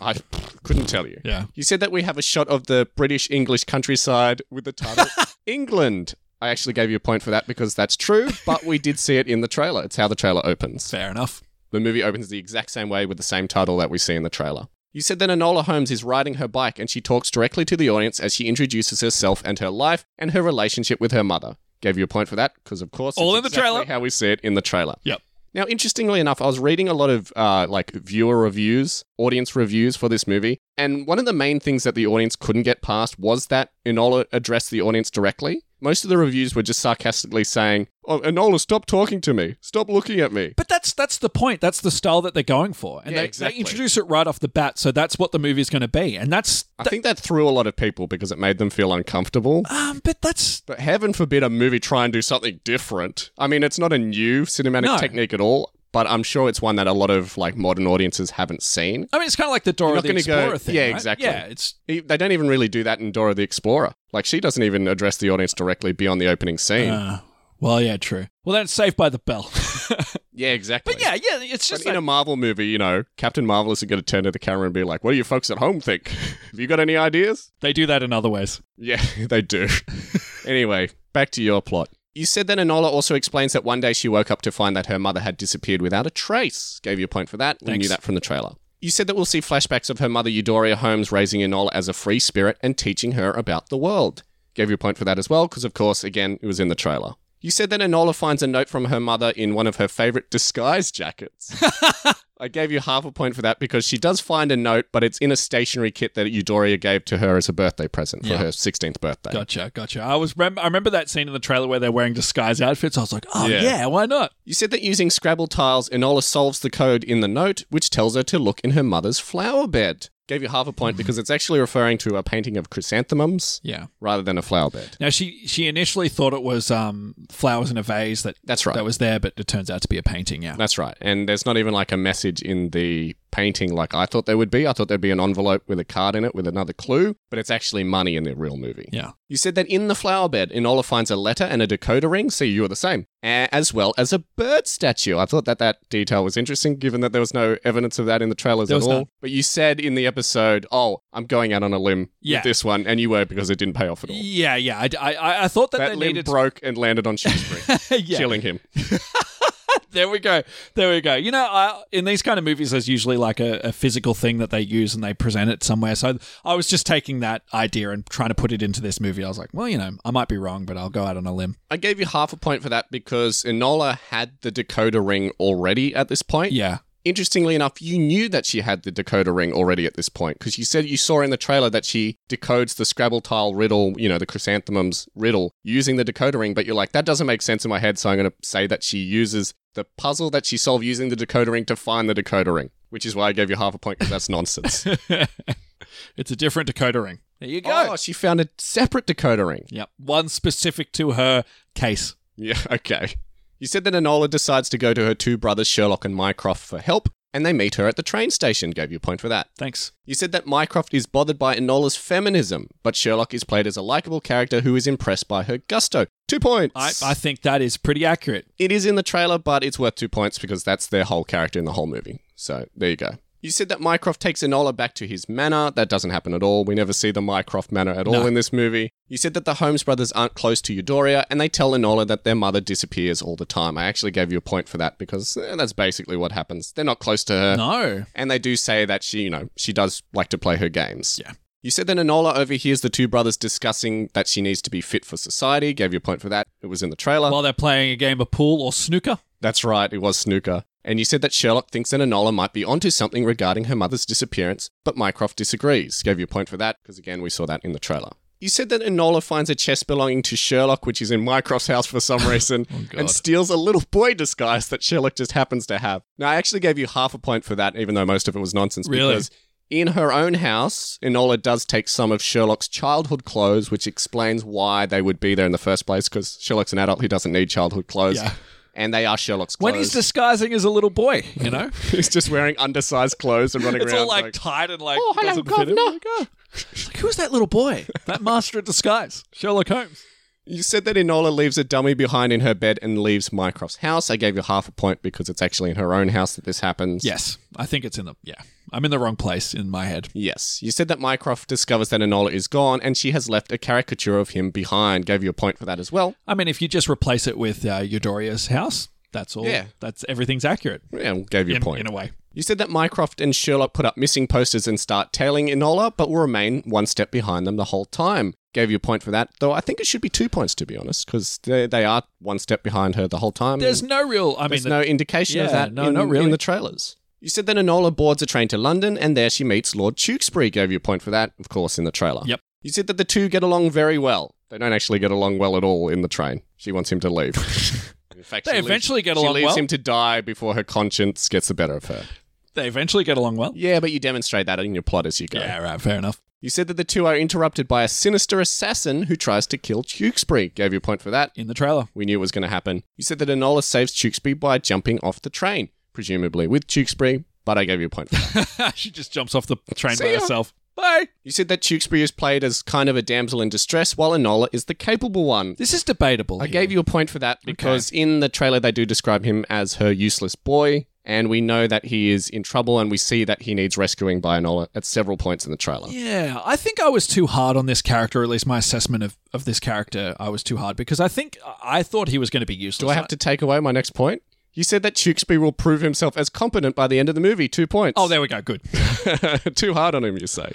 I couldn't tell you.
yeah.
You said that we have a shot of the British English countryside with the title England. I actually gave you a point for that because that's true, but we did see it in the trailer. It's how the trailer opens.
Fair enough.
The movie opens the exact same way with the same title that we see in the trailer. You said that Enola Holmes is riding her bike and she talks directly to the audience as she introduces herself and her life and her relationship with her mother. Gave you a point for that because, of course,
All
it's
in the
exactly
trailer.
How we see it in the trailer.
Yep.
Now, interestingly enough, I was reading a lot of uh, like viewer reviews, audience reviews for this movie, and one of the main things that the audience couldn't get past was that Enola addressed the audience directly. Most of the reviews were just sarcastically saying, "Oh, Enola, stop talking to me. Stop looking at me."
But that's that's the point. That's the style that they're going for, and
Yeah,
they,
exactly.
they introduce it right off the bat. So that's what the movie's going to be, and that's.
I think that threw a lot of people because it made them feel uncomfortable.
Um, but that's
But heaven forbid a movie try and do something different. I mean, it's not a new cinematic
No.
technique at all, but I'm sure it's one that a lot of like modern audiences haven't seen.
I mean, it's kind of like the Dora
You're not
the
gonna go-
Explorer thing.
yeah,
right?
exactly.
Yeah, it's
E- They don't even really do that in Dora the Explorer. Like she doesn't even address the audience directly beyond the opening scene.
uh, well, yeah, true. Well, then it's Saved by the Bell.
yeah, exactly.
but yeah, yeah, it's
But
just
in a
like,
Marvel movie, you know, Captain Marvel isn't going to turn to the camera and be like, "What do you folks at home think? Have you got any ideas?"
they do that in other ways.
Yeah, they do. anyway, back to your plot. You said that Enola also explains that one day she woke up to find that her mother had disappeared without a trace. Gave you a point for that. We knew
Thanks.
that from the trailer. You said that we'll see flashbacks of her mother Eudoria Holmes raising Enola as a free spirit and teaching her about the world. Gave you a point for that as well, because of course, again, it was in the trailer. You said that Enola finds a note from her mother in one of her favorite disguise jackets. I gave you half a point for that because she does find a note, but it's in a stationery kit that Eudoria gave to her as a birthday present for
Yeah.
her 16th birthday.
Gotcha, gotcha. I was rem- I remember that scene in the trailer where they're wearing disguise outfits. I was like, oh
Yeah.
yeah, why not?
You said that using Scrabble tiles, Enola solves the code in the note, which tells her to look in her mother's flower bed. Gave you half a point because it's actually referring to a painting of chrysanthemums
Yeah.
rather than a flower bed.
Now she she initially thought it was um flowers in a vase that
That's right.
that was there, but it turns out to be a painting. Yeah.
That's right. And there's not even like a message in the painting like I thought there would be. I thought there'd be an envelope with a card in it with another clue, but it's actually money in the real movie.
Yeah.
You said that in the flower bed, Enola finds a letter and a decoder ring. See, you are the same. a- As well as a bird statue. I thought that that detail was interesting, given that there was no evidence of that in the trailers
There
at
was
all.
none.
But you said in the episode, "Oh, I'm going out on a limb
Yeah.
with this one," and you were because it didn't pay off at all.
Yeah, yeah. I, I- I, I thought that,
that
they
limb
needed.
broke and landed on Shoestring,
yeah.
killing him.
There we go. There we go. You know, I, in these kind of movies, there's usually like a, a physical thing that they use and they present it somewhere. So I was just taking that idea and trying to put it into this movie. I was like, well, you know, I might be wrong, but I'll go out on a limb.
I gave you half a point for that because Enola had the decoder ring already at this point.
Yeah.
Interestingly enough, you knew that she had the decoder ring already at this point because you said you saw in the trailer that she decodes the Scrabble tile riddle, you know, the chrysanthemums riddle using the decoder ring, but you're like, that doesn't make sense in my head, so I'm going to say that she uses the puzzle that she solved using the decoder ring to find the decoder ring, which is why I gave you half a point because that's nonsense.
It's a different decoder ring. There you
oh, she found a separate decoder ring.
Yep. One specific to her case.
Yeah, okay. You said that Enola decides to go to her two brothers, Sherlock and Mycroft, for help, and they meet her at the train station. Gave you a point for that.
Thanks.
You said that Mycroft is bothered by Enola's feminism, but Sherlock is played as a likable character who is impressed by her gusto. Two points.
I, I think that is pretty accurate.
It is in the trailer, but it's worth two points because that's their whole character in the whole movie. So there you go. You said that Mycroft takes Enola back to his manor. That doesn't happen at all. We never see the Mycroft manor at all in this movie. You said that the Holmes brothers aren't close to Eudoria, and they tell Enola that their mother disappears all the time. I actually gave you a point for that because eh, that's basically what happens. They're not close to her.
No.
And they do say that she, you know, she does like to play her games.
Yeah.
You said that Enola overhears the two brothers discussing that she needs to be fit for society. Gave you a point for that. It was in the trailer.
While they're playing a game of pool or snooker.
That's right, it was snooker. And you said that Sherlock thinks that Enola might be onto something regarding her mother's disappearance, but Mycroft disagrees. Gave you a point for that, because again, we saw that in the trailer. You said that Enola finds a chest belonging to Sherlock, which is in Mycroft's house for some reason, and steals a little boy disguise that Sherlock just happens to have. Now, I actually gave you half a point for that, even though most of it was nonsense.
Really?
Because in her own house, Enola does take some of Sherlock's childhood clothes, which explains why they would be there in the first place, because Sherlock's an adult who doesn't need childhood clothes.
Yeah.
And they are Sherlock's clothes.
When he's disguising as a little boy, you know?
He's just wearing undersized clothes and running
it's
around.
all like tied and like. oh.
oh, hello,
doesn't fit him.
governor.
It's like, who's that little boy? That master of disguise, Sherlock Holmes.
You said that Enola leaves a dummy behind in her bed and leaves Mycroft's house. I gave you half a point because it's actually in her own house that this happens.
Yes, I think it's in the. Yeah, I'm in the wrong place in my head.
Yes. You said that Mycroft discovers that Enola is gone and she has left a caricature of him behind. Gave you a point for that as well.
I mean, if you just replace it with uh, Eudoria's house, that's all.
Yeah.
that's everything's accurate
Yeah, well, gave you
in,
a point.
in a way.
you said that Mycroft and Sherlock put up missing posters and start tailing Enola, but will remain one step behind them the whole time. Gave you a point for that, though I think it should be two points to be honest, because they, they are one step behind her the whole time.
There's no real. I mean,
There's no indication of
yeah,
that
no,
in,
not really.
in the trailers. You said that Enola boards a train to London and there she meets Lord Tewkesbury. Gave you a point for that, of course, in the trailer.
Yep.
You said that the two get along very well. They don't actually get along well at all in the train. She wants him to leave. in fact,
They
she leaves-
eventually get
She
along
leaves
well.
him to die before her conscience gets the better of her.
they eventually get along well.
Yeah, but you demonstrate that in your plot as you go.
Yeah, right. Fair enough.
You said that the two are interrupted by a sinister assassin who tries to kill Tewkesbury. Gave you a point for that.
In the trailer,
We knew it was going to happen. You said that Enola saves Tewkesbury by jumping off the train, presumably with Tewkesbury, but I gave you a point. for that.
she just jumps off the train
See
by
ya.
herself. Bye.
you said that Tewkesbury is played as kind of a damsel in distress, while Enola is the capable one.
This is debatable.
I gave you a point for that because in the trailer they do describe him as her useless boy, and we know that he is in trouble, and we see that he needs rescuing by Enola at several points in the trailer.
Yeah, I think I was too hard on this character, or at least my assessment of, of this character, I was too hard because I think I thought he was going to be useless.
Do I have to take away my next point? You said that Tewkesbury will prove himself as competent by the end of the movie. Two points.
Oh, there we go. Good.
Too hard on him, you say.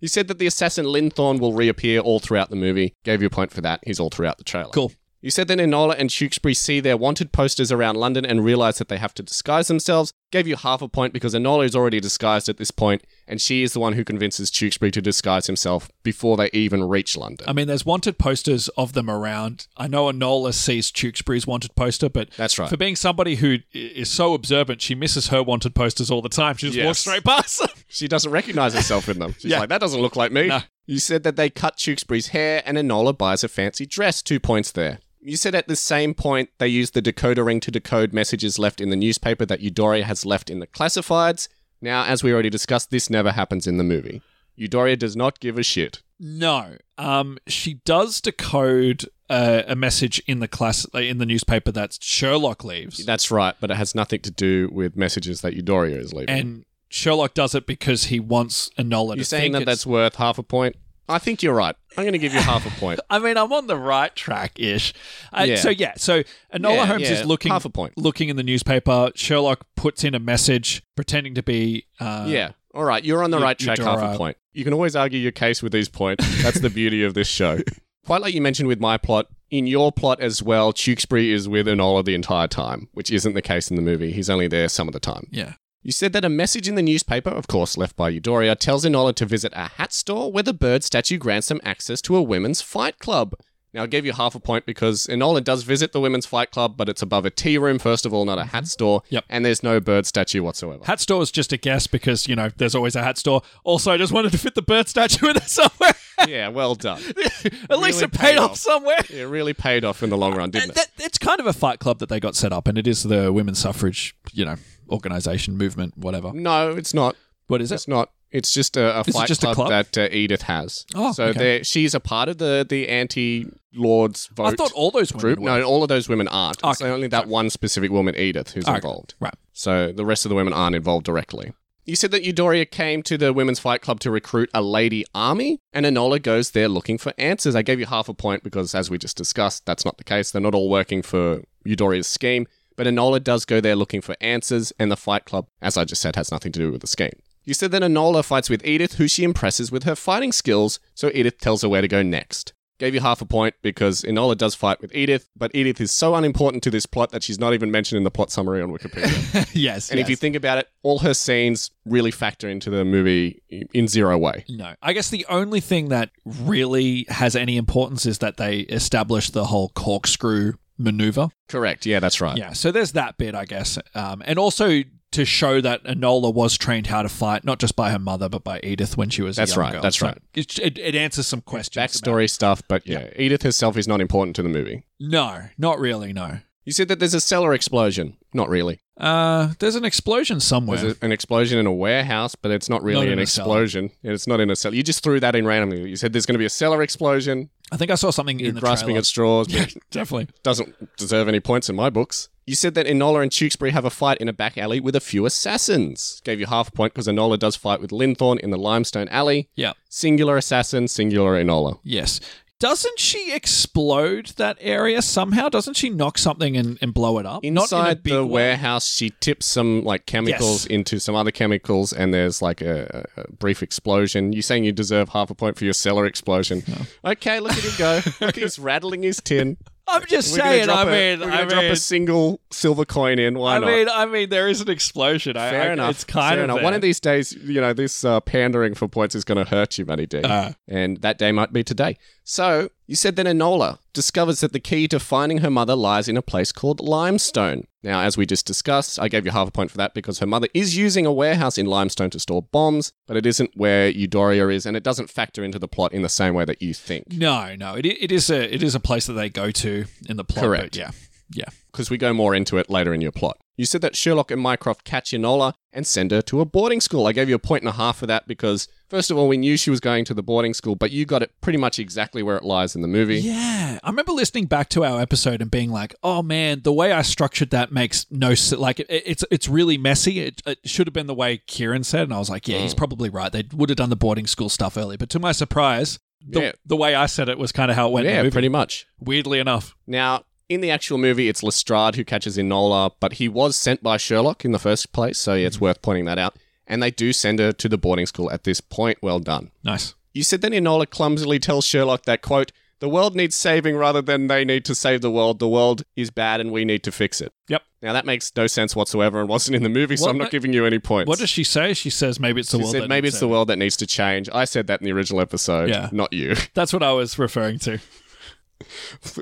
You said that the assassin Linthorn will reappear all throughout the movie. Gave you a point for that. He's all throughout the trailer.
Cool.
You said that Enola and Tewkesbury see their wanted posters around London and realize that they have to disguise themselves. Gave you half a point because Enola is already disguised at this point, and she is the one who convinces Tewkesbury to disguise himself before they even reach London.
I mean, there's wanted posters of them around. I know Enola sees Tewksbury's wanted poster, but
That's right.
for being somebody who i- is so observant, she misses her wanted posters all the time. She just
Yes.
walks straight past them.
She doesn't recognize herself in them. She's
Yeah.
like, that doesn't look like me.
No.
You said that they cut Tewksbury's hair and Enola buys a fancy dress. Two points there. You said at the same point they use the decoder ring to decode messages left in the newspaper that Eudoria has left in the classifieds. Now, as we already discussed, this never happens in the movie. Eudoria does not give a shit.
No, um, she does decode uh, a message in the class uh, in the newspaper that Sherlock leaves.
That's right, but it has nothing to do with messages that Eudoria is leaving.
and Sherlock does it because he wants Enola
You're
to
saying
think
that
it's-
that's worth half a point? I think you're right. I'm going to give you half a point.
I mean, I'm on the right track ish. Uh,
Yeah.
So yeah, so Enola
Yeah,
Holmes
yeah,
is looking
half a point.
looking in the newspaper. Sherlock puts in a message pretending to be uh,
Yeah. All right. You're on the
you-
right
you
track,
do
half
alright.
a point. You can always argue your case with these points. That's the beauty of this show. Quite like you mentioned with my plot, in your plot as well, Tewksbury is with Enola the entire time, which isn't the case in the movie. He's only there some of the time.
yeah.
You said that a message in the newspaper, of course left by Eudoria, tells Enola to visit a hat store where the bird statue grants them access to a women's fight club. Now, I gave you half a point because Enola does visit the women's fight club, but it's above a tea room, first of all, not a hat store.
Mm-hmm. Yep.
And there's no bird statue whatsoever.
Hat store is just a guess because you know there's always a hat store. Also, I just wanted to fit the bird statue in there somewhere.
yeah, well done.
At least
Really
it paid
paid
off
off.
somewhere.
It really paid off in the long run, didn't
And
it?
that, it's kind of a fight club that they got set up, and it is the women's suffrage, you know, organization, movement, whatever.
No, it's not.
What is it?
It's not. It's just a, a
it
fight
just a
club,
club?
that uh, Edith has.
Oh,
so
okay.
there- she's a part of the the anti lords vote
I thought all those women
group.
were.
No, all of those women aren't. It's
Okay.
only that one specific woman, Edith, who's involved.
Right.
So the rest of the women aren't involved directly. You said that Eudoria came to the women's fight club to recruit a lady army, and Enola goes there looking for answers. I gave you half a point because, as we just discussed, that's not the case. They're not all working for Eudoria's scheme, but Enola does go there looking for answers, and the fight club, as I just said, has nothing to do with the scheme. You said that Enola fights with Edith, who she impresses with her fighting skills, so Edith tells her where to go next. Gave you half a point because Enola does fight with Edith, but Edith is so unimportant to this plot that she's not even mentioned in the plot summary on Wikipedia.
yes.
And if
yes.
you think about it, all her scenes really factor into the movie in zero way.
No. I guess the only thing that really has any importance is that they establish the whole corkscrew maneuver.
Correct. Yeah, that's right.
Yeah. So there's that bit, I guess. Um, and also to show that Enola was trained how to fight, not just by her mother, but by Edith when she was
That's
a young
right,
girl.
that's
So
right.
It, it, it answers some questions. about-
Backstory stuff, but yeah, Edith herself is not important to the movie.
no, not really, no.
You said that there's a cellar explosion. Not really.
Uh, there's an explosion somewhere.
There's a, an explosion in a warehouse, but it's not really an
Not in a cellar.
explosion. And it's not in a cellar. You just threw that in randomly. You said there's going to be a cellar explosion.
I think I saw something
You're
in the
grasping
trailer.
at straws, but it
Definitely.
doesn't deserve any points in my books. You said that Enola and Tewksbury have a fight in a back alley with a few assassins. Gave you half a point because Enola does fight with Linthorn in the limestone alley.
Yeah.
Singular assassin, singular Enola.
Yes. Doesn't she explode that area somehow? Doesn't she knock something and, and blow it up?
Inside
Not in a big
the
way.
warehouse, she tips some like chemicals
Yes.
into some other chemicals, and there's like a, a a brief explosion. You saying you deserve half a point for your cellar explosion? Okay, look at him go. Look, he's rattling his tin.
I'm just
gonna
saying.
drop
I
a-
mean,
we're
I
gonna drop
mean,
a single silver coin in. Why
I
not?
mean, I mean, there is an explosion. I,
Fair
I,
enough.
It's kind
Fair
of
enough.
there.
One of these days, you know, this uh, pandering for points is going to hurt you, Matty D.
Uh.
and that day might be today. So you said that Enola discovers that the key to finding her mother lies in a place called Limestone. Now, as we just discussed, I gave you half a point for that because her mother is using a warehouse in Limestone to store bombs, but it isn't where Eudoria is, and it doesn't factor into the plot in the same way that you think.
No, no. It, it is a it is a place that they go to in the plot.
Correct.
But yeah, yeah.
Because we go more into it later in your plot. You said that Sherlock and Mycroft catch Enola and send her to a boarding school. I gave you a point and a half for that because, first of all, we knew she was going to the boarding school, but you got it pretty much exactly where it lies in the movie.
Yeah, I remember listening back to our episode and being like, "Oh man, the way I structured that makes no sense. Like, it, it's it's really messy. It, it should have been the way Kieran said." And I was like, "Yeah,
Mm.
he's probably right. They would have done the boarding school stuff earlier." But to my surprise, the,
Yeah.
the way I said it was kind of how it went. in the
Yeah,
movie.
pretty much.
weirdly enough.
Now, in the actual movie, it's Lestrade who catches Enola, but he was sent by Sherlock in the first place, so yeah,
Mm.
it's worth pointing that out. And they do send her to the boarding school at this point. Well done.
Nice.
You said then Enola clumsily tells Sherlock that, quote, the world needs saving rather than they need to save the world. The world is bad and we need to fix it.
Yep.
Now, that makes no sense whatsoever and wasn't in the movie, so
What
I'm
ma-
not giving you any points.
What does she say? She says maybe it's the
she
world.
said
that
maybe
needs
it's the
saving.
world that needs to change. I said that in the original episode,
Yeah.
not you,
That's what I was referring to.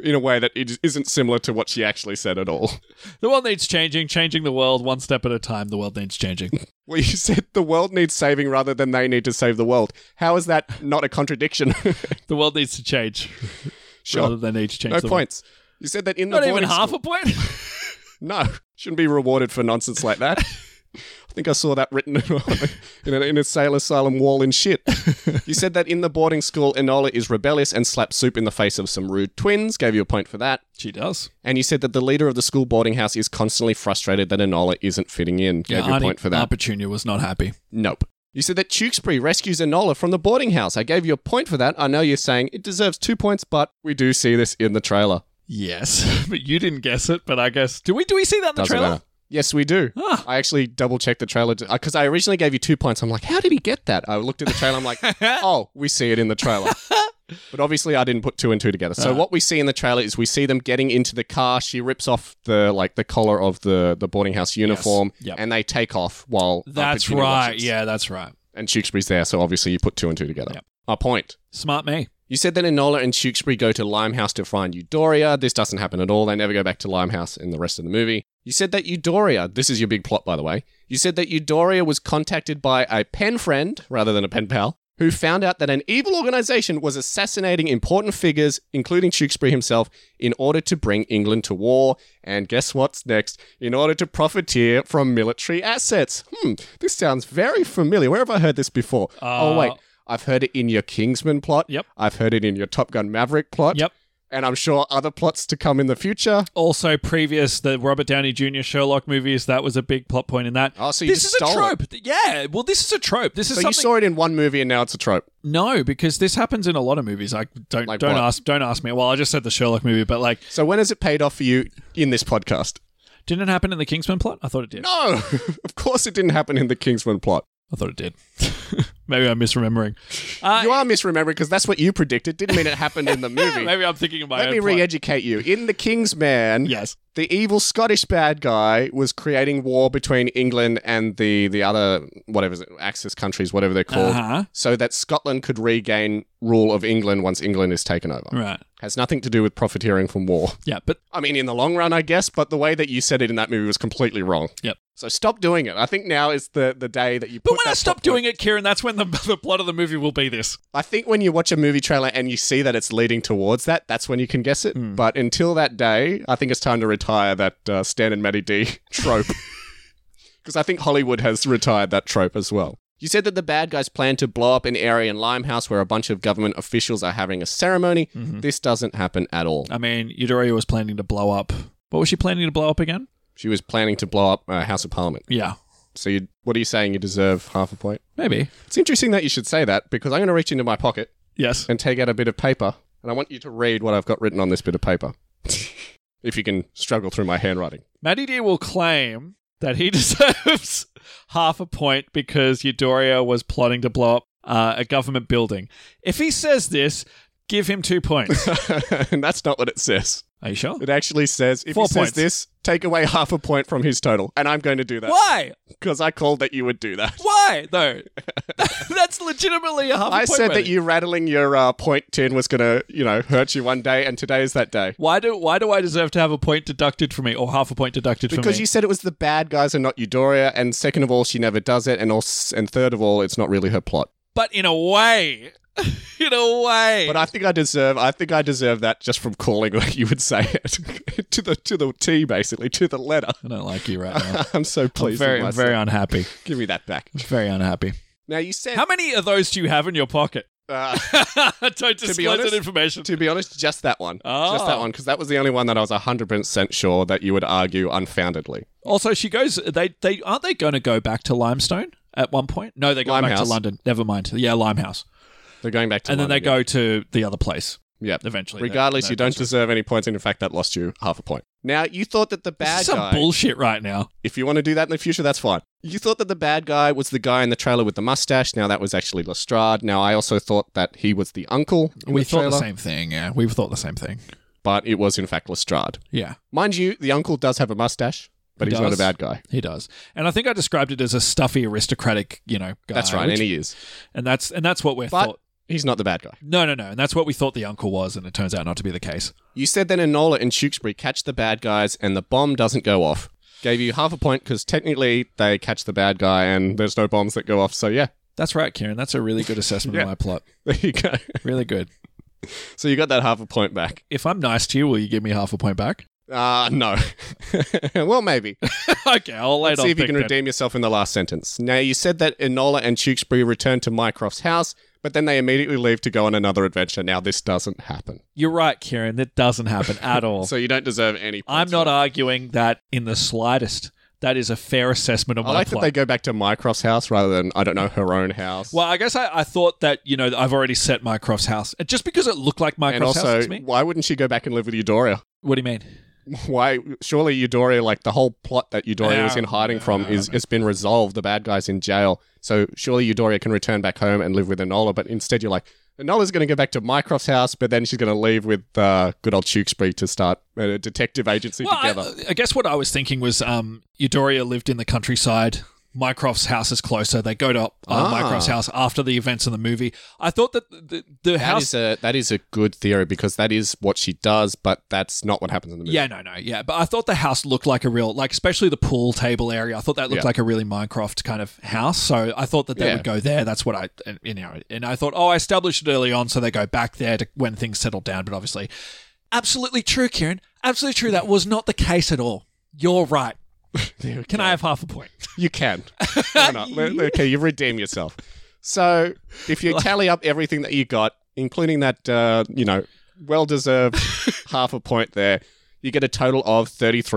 in a way that it isn't similar to what she actually said at all.
The world needs changing, changing the world one step at a time. The world needs changing.
Well, you said the world needs saving rather than they need to save the world. How is that not a contradiction?
the world needs to change rather
sure.
than need to change
No
the
points. You said that in
world.
the
Not
boarding
even half
school-
a point.
No, shouldn't be rewarded for nonsense like that. I think I saw that written in a, in a sail asylum wall in shit. You said that in the boarding school, Enola is rebellious and slaps Soup in the face of some rude twins. Gave you a point for that.
she does.
And you said that the leader of the school boarding house is constantly frustrated that Enola isn't fitting in. Gave you a point for that.
Opportunia was not happy.
Nope. You said that Tewksbury rescues Enola from the boarding house. I gave you a point for that. I know you're saying it deserves two points, but we do see this in the trailer.
Yes, but you didn't guess it. But I guess do we? Do we see that in the
Doesn't
trailer?
matter. Yes, we do.
Ah.
I actually double checked the trailer because I originally gave you two points. I'm like, how did he get that? I looked at the trailer. I'm like, oh, we see it in the trailer. But obviously, I didn't put two and two together. So what we see in the trailer is we see them getting into the car. She rips off the like the collar of the the boarding house uniform,
Yep.
and they take off while uh,
That's
Petunia
right.
watches.
Yeah, that's right.
and Tewksbury's there. So obviously, you put two and two together.
Yep.
A point.
Smart me.
You said that Enola and Tewksbury go to Limehouse to find Eudoria. This doesn't happen at all. They never go back to Limehouse in the rest of the movie. You said that Eudoria, this is your big plot, by the way. You said that Eudoria was contacted by a pen friend rather than a pen pal who found out that an evil organization was assassinating important figures, including Tewkesbury himself, in order to bring England to war. And guess what's next? In order to profiteer from military assets. Hmm, this sounds very familiar. Where have I heard this before? oh, wait. I've heard it in your Kingsman plot.
Yep.
I've heard it in your Top Gun Maverick plot.
Yep.
And I'm sure other plots to come in the future.
Also, previous the Robert Downey Jr. Sherlock movies, that was a big plot point in that.
Oh, so you
This
just
is a
stole it.
trope. Yeah. Well, this is a trope. This is
So you
something.
saw it in one movie and now it's a trope.
no, because this happens in a lot of movies. I don't
Like
don't
what?
ask don't ask me. Well, I just said the Sherlock movie, but like,
So when has it paid off for you in this podcast?
didn't it happen in the Kingsman plot? I thought it did.
No, of course it didn't happen in the Kingsman plot.
I thought it did. Maybe I'm misremembering.
you are misremembering because that's what you predicted. Didn't mean it happened in the movie.
Maybe I'm thinking of my
Let
own
me
plot.
re-educate you. In the Kingsman,
Yes.
the evil Scottish bad guy was creating war between England and the the other whatever is it, Axis countries, whatever they're called,
Uh-huh.
so that Scotland could regain rule of England once England is taken over.
Right.
Has nothing to do with profiteering from war.
Yeah, but
I mean, in the long run, I guess, but the way that you said it in that movie was completely wrong.
Yep.
So stop doing it. I think now is the, the day that you.
but when I stop doing it, Kieran, that's when the, the plot of the movie will be this.
I think when you watch a movie trailer and you see that it's leading towards that, that's when you can guess it. But until that day, I think it's time to retire that uh, Stan and Matty D trope, because I think Hollywood has retired that trope as well. You said that the bad guys plan to blow up an area in Limehouse where a bunch of government officials are having a ceremony. This doesn't happen at all.
I mean, Eudoria was planning to blow up. What was she planning to blow up again?
She was planning to blow up uh, House of Parliament.
Yeah,
So, you, what are you saying? You deserve half a point.
maybe.
It's interesting that you should say that because I'm going to reach into my pocket
Yes.
and take out a bit of paper, and I want you to read what I've got written on this bit of paper. if you can struggle through my handwriting.
Matty D will claim that he deserves half a point because Eudoria was plotting to blow up uh, a government building. If he says this, give him two points.
and that's not what it says.
Are you sure?
It actually says if
Four
he says
points.
this, take away half a point from his total, and I'm going to do that
Why?
because I called that you would do that.
Why though? That's legitimately a half. a
I
point,
said that
Matty.
you rattling your uh, point tin was going to, you know, hurt you one day, and today is that day.
Why do Why do I deserve to have a point deducted from me or half a point deducted from
Because
me?
you said it was the bad guys and not Eudoria, and second of all, she never does it, and also, and third of all, it's not really her plot.
but in a way, in a way.
But I think I deserve. I think I deserve that just from calling like you would say it to the to the T, basically to the letter.
I don't like you right now.
I'm so pleased.
very,
with
very
myself.
unhappy.
Give me that back.
Very unhappy.
Now you said.
How many of those do you have in your pocket?
uh,
Don't disclose
honest-
that information.
to be honest, just that one. Just
Oh.
that one, because that was the only one that I was 100% sure that you would argue unfoundedly.
Also, she goes. They they aren't they going to go back to Limestone at one point? No, they go back to
Limehouse.
London. Never mind. Yeah, Limehouse,
They're going back to
and then they
London,
go to the other place
yeah. Yep.
eventually.
Regardless,
That-
you
that-
don't deserve any points, and in fact, that lost you half a point. Now, you thought that the
This
bad
is some
guy.
bullshit right now.
If you want to do that in the future, that's fine. You thought that the bad guy was the guy in the trailer with the mustache. Now that was actually Lestrade. Now I also thought that he was the uncle. in
We
the
thought
trailer,
the same thing. Yeah, we thought the same thing.
but it was in fact Lestrade.
Yeah,
Mind you, the uncle does have a mustache, but
He
he's not a
does.
bad guy.
he does. And I think I described it as a stuffy aristocratic, you know, guy.
That's right,
which-
and he is,
and that's and that's what we
but
thought.
he's not the bad guy.
No, no, no. And that's what we thought the uncle was, and it turns out not to be the case.
You said that Enola and Tewkesbury catch the bad guys, and the bomb doesn't go off. Gave you half a point because technically they catch the bad guy, and there's no bombs that go off. So yeah,
That's right, Kieran. That's a really good assessment
Yeah.
of my plot.
there you go.
Really good.
so you got that half a point back.
If I'm nice to you, will you give me half a point back?
Uh no. well, maybe.
okay, I'll later.
Let's see if you can redeem yourself in the last sentence. Now, you said that Enola and Tewkesbury return to Mycroft's house, but then they immediately leave to go on another adventure. Now, this doesn't happen.
You're right, Kieran. That doesn't happen at all.
So you don't deserve any points.
I'm not arguing that in the slightest. That is a fair assessment of
I
my
like that
plot.
they go back to Mycroft's house rather than, I don't know, her own house.
well, I guess I, I thought that you know I've already set Mycroft's house just because it looked like
and
Mycroft's house
also,
to me.
why wouldn't she go back and live with Eudoria?
What do you mean?
Why? Surely Eudoria, like the whole plot that Eudoria
Yeah.
was in hiding
Yeah,
from,
I
is has been resolved. The bad guy's in jail, so surely Eudoria can return back home and live with Enola. But instead, you're like, Enola's going to go back to Mycroft's house, but then she's going to leave with uh, good old Tewkesbury to start a detective agency
Well,
together.
I, I guess what I was thinking was um, Eudoria lived in the countryside. Mycroft's house is closer. They go to uh,
Ah.
Mycroft's house after the events in the movie. I thought that the, the, the
That
house.
is a that is a good theory because that is what she does, but that's not what happens in the movie.
yeah, no, no, yeah. But I thought the house looked like a real, like especially the pool table area. I thought that looked
Yeah.
like a really Minecraft kind of house. So I thought that they
Yeah.
would go there. That's what I, and, you know, and I thought, oh, I established it early on, so they go back there to when things settle down. But obviously, absolutely true, Kieran. Absolutely true. That was not the case at all. You're right. Can I have half a point?
You can. Why not? Le- okay, you redeem yourself. So if you tally up everything that you got, including that, uh, you know, well deserved half a point there, you get a total of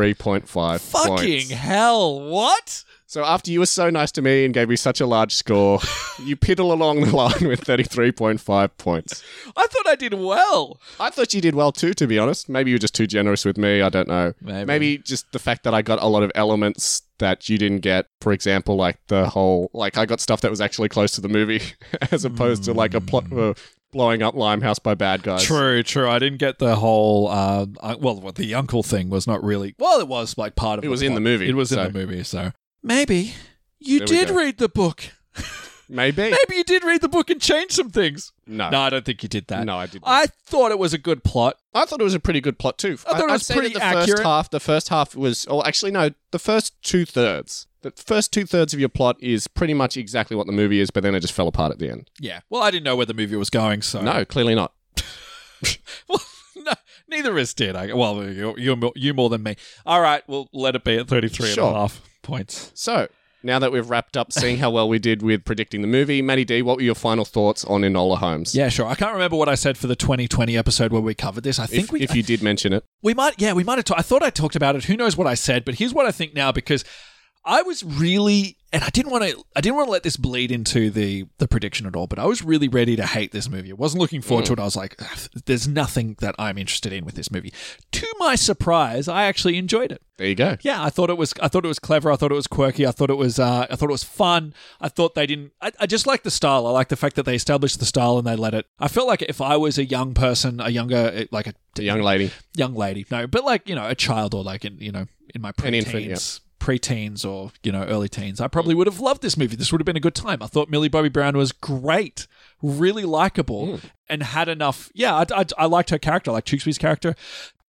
33.5
Fucking
points.
hell! What?
So after you were so nice to me and gave me such a large score, you piddle along the line with 33.5 points.
I thought I did well.
I thought you did well too, to be honest. Maybe you were just too generous with me. I don't know.
Maybe.
just the fact that I got a lot of elements that you didn't get. For example, like the whole, like I got stuff that was actually close to the movie, as opposed to like a plot uh, blowing up Limehouse by bad guys.
Hmm. True, true. I didn't get the whole. Uh, uh, well, what the uncle thing was not really. Well, it was like part of.
It was in the
plot.
movie,
It was
so-
in the movie. So maybe you
There we
did
go.
read the book.
Maybe.
Maybe you did read the book and change some things.
No.
No, I don't think you did that.
No, I didn't. I,
I thought it was a good plot.
thought it was a pretty good plot too.
I thought it
I'd
was
say that
pretty
the First
accurate.
half, the first half was, oh, actually no, the first two thirds. The first two thirds of your plot is pretty much exactly what the movie is, but then it just fell apart at the end.
Yeah. Well, I didn't know where the movie was going, so
No, clearly not.
Well, no, neither of us did. I, well, you, you mo- you more than me. All right, we'll let it be at 33
Sure.
and a half points.
So, now that we've wrapped up seeing how well we did with predicting the movie, Matty D, what were your final thoughts on Enola Holmes?
Yeah, sure. I can't remember what I said for the 2020 episode where we covered this. I think
If,
we
if you did mention it,
We might, yeah, we might have. Ta- I thought I talked about it. Who knows what I said? But here's what I think now because I was really, and I didn't want to, I didn't want to let this bleed into the the prediction at all. But I was really ready to hate this movie. I wasn't looking forward to it. I was like, "Ugh, there's nothing that I'm interested in with this movie. To my surprise, I actually enjoyed it.
there you go.
Yeah, I thought it was, I thought it was clever. I thought it was quirky. I thought it was, uh, I thought it was fun. I thought they didn't. I, I just like the style. I like the fact that they established the style and they let it. I felt like if I was a young person, a younger, eh, like a
The young lady.
young lady. No, but like you know, a child or like in you know, in my
An
preteens,
infant,
preteens or you know, early teens, I probably would have loved this movie. This would have been a good time. I thought Millie Bobby Brown was great, really likable,
Hmm.
and had enough. Yeah, I, I, I liked her character, I liked Tewksbury's character.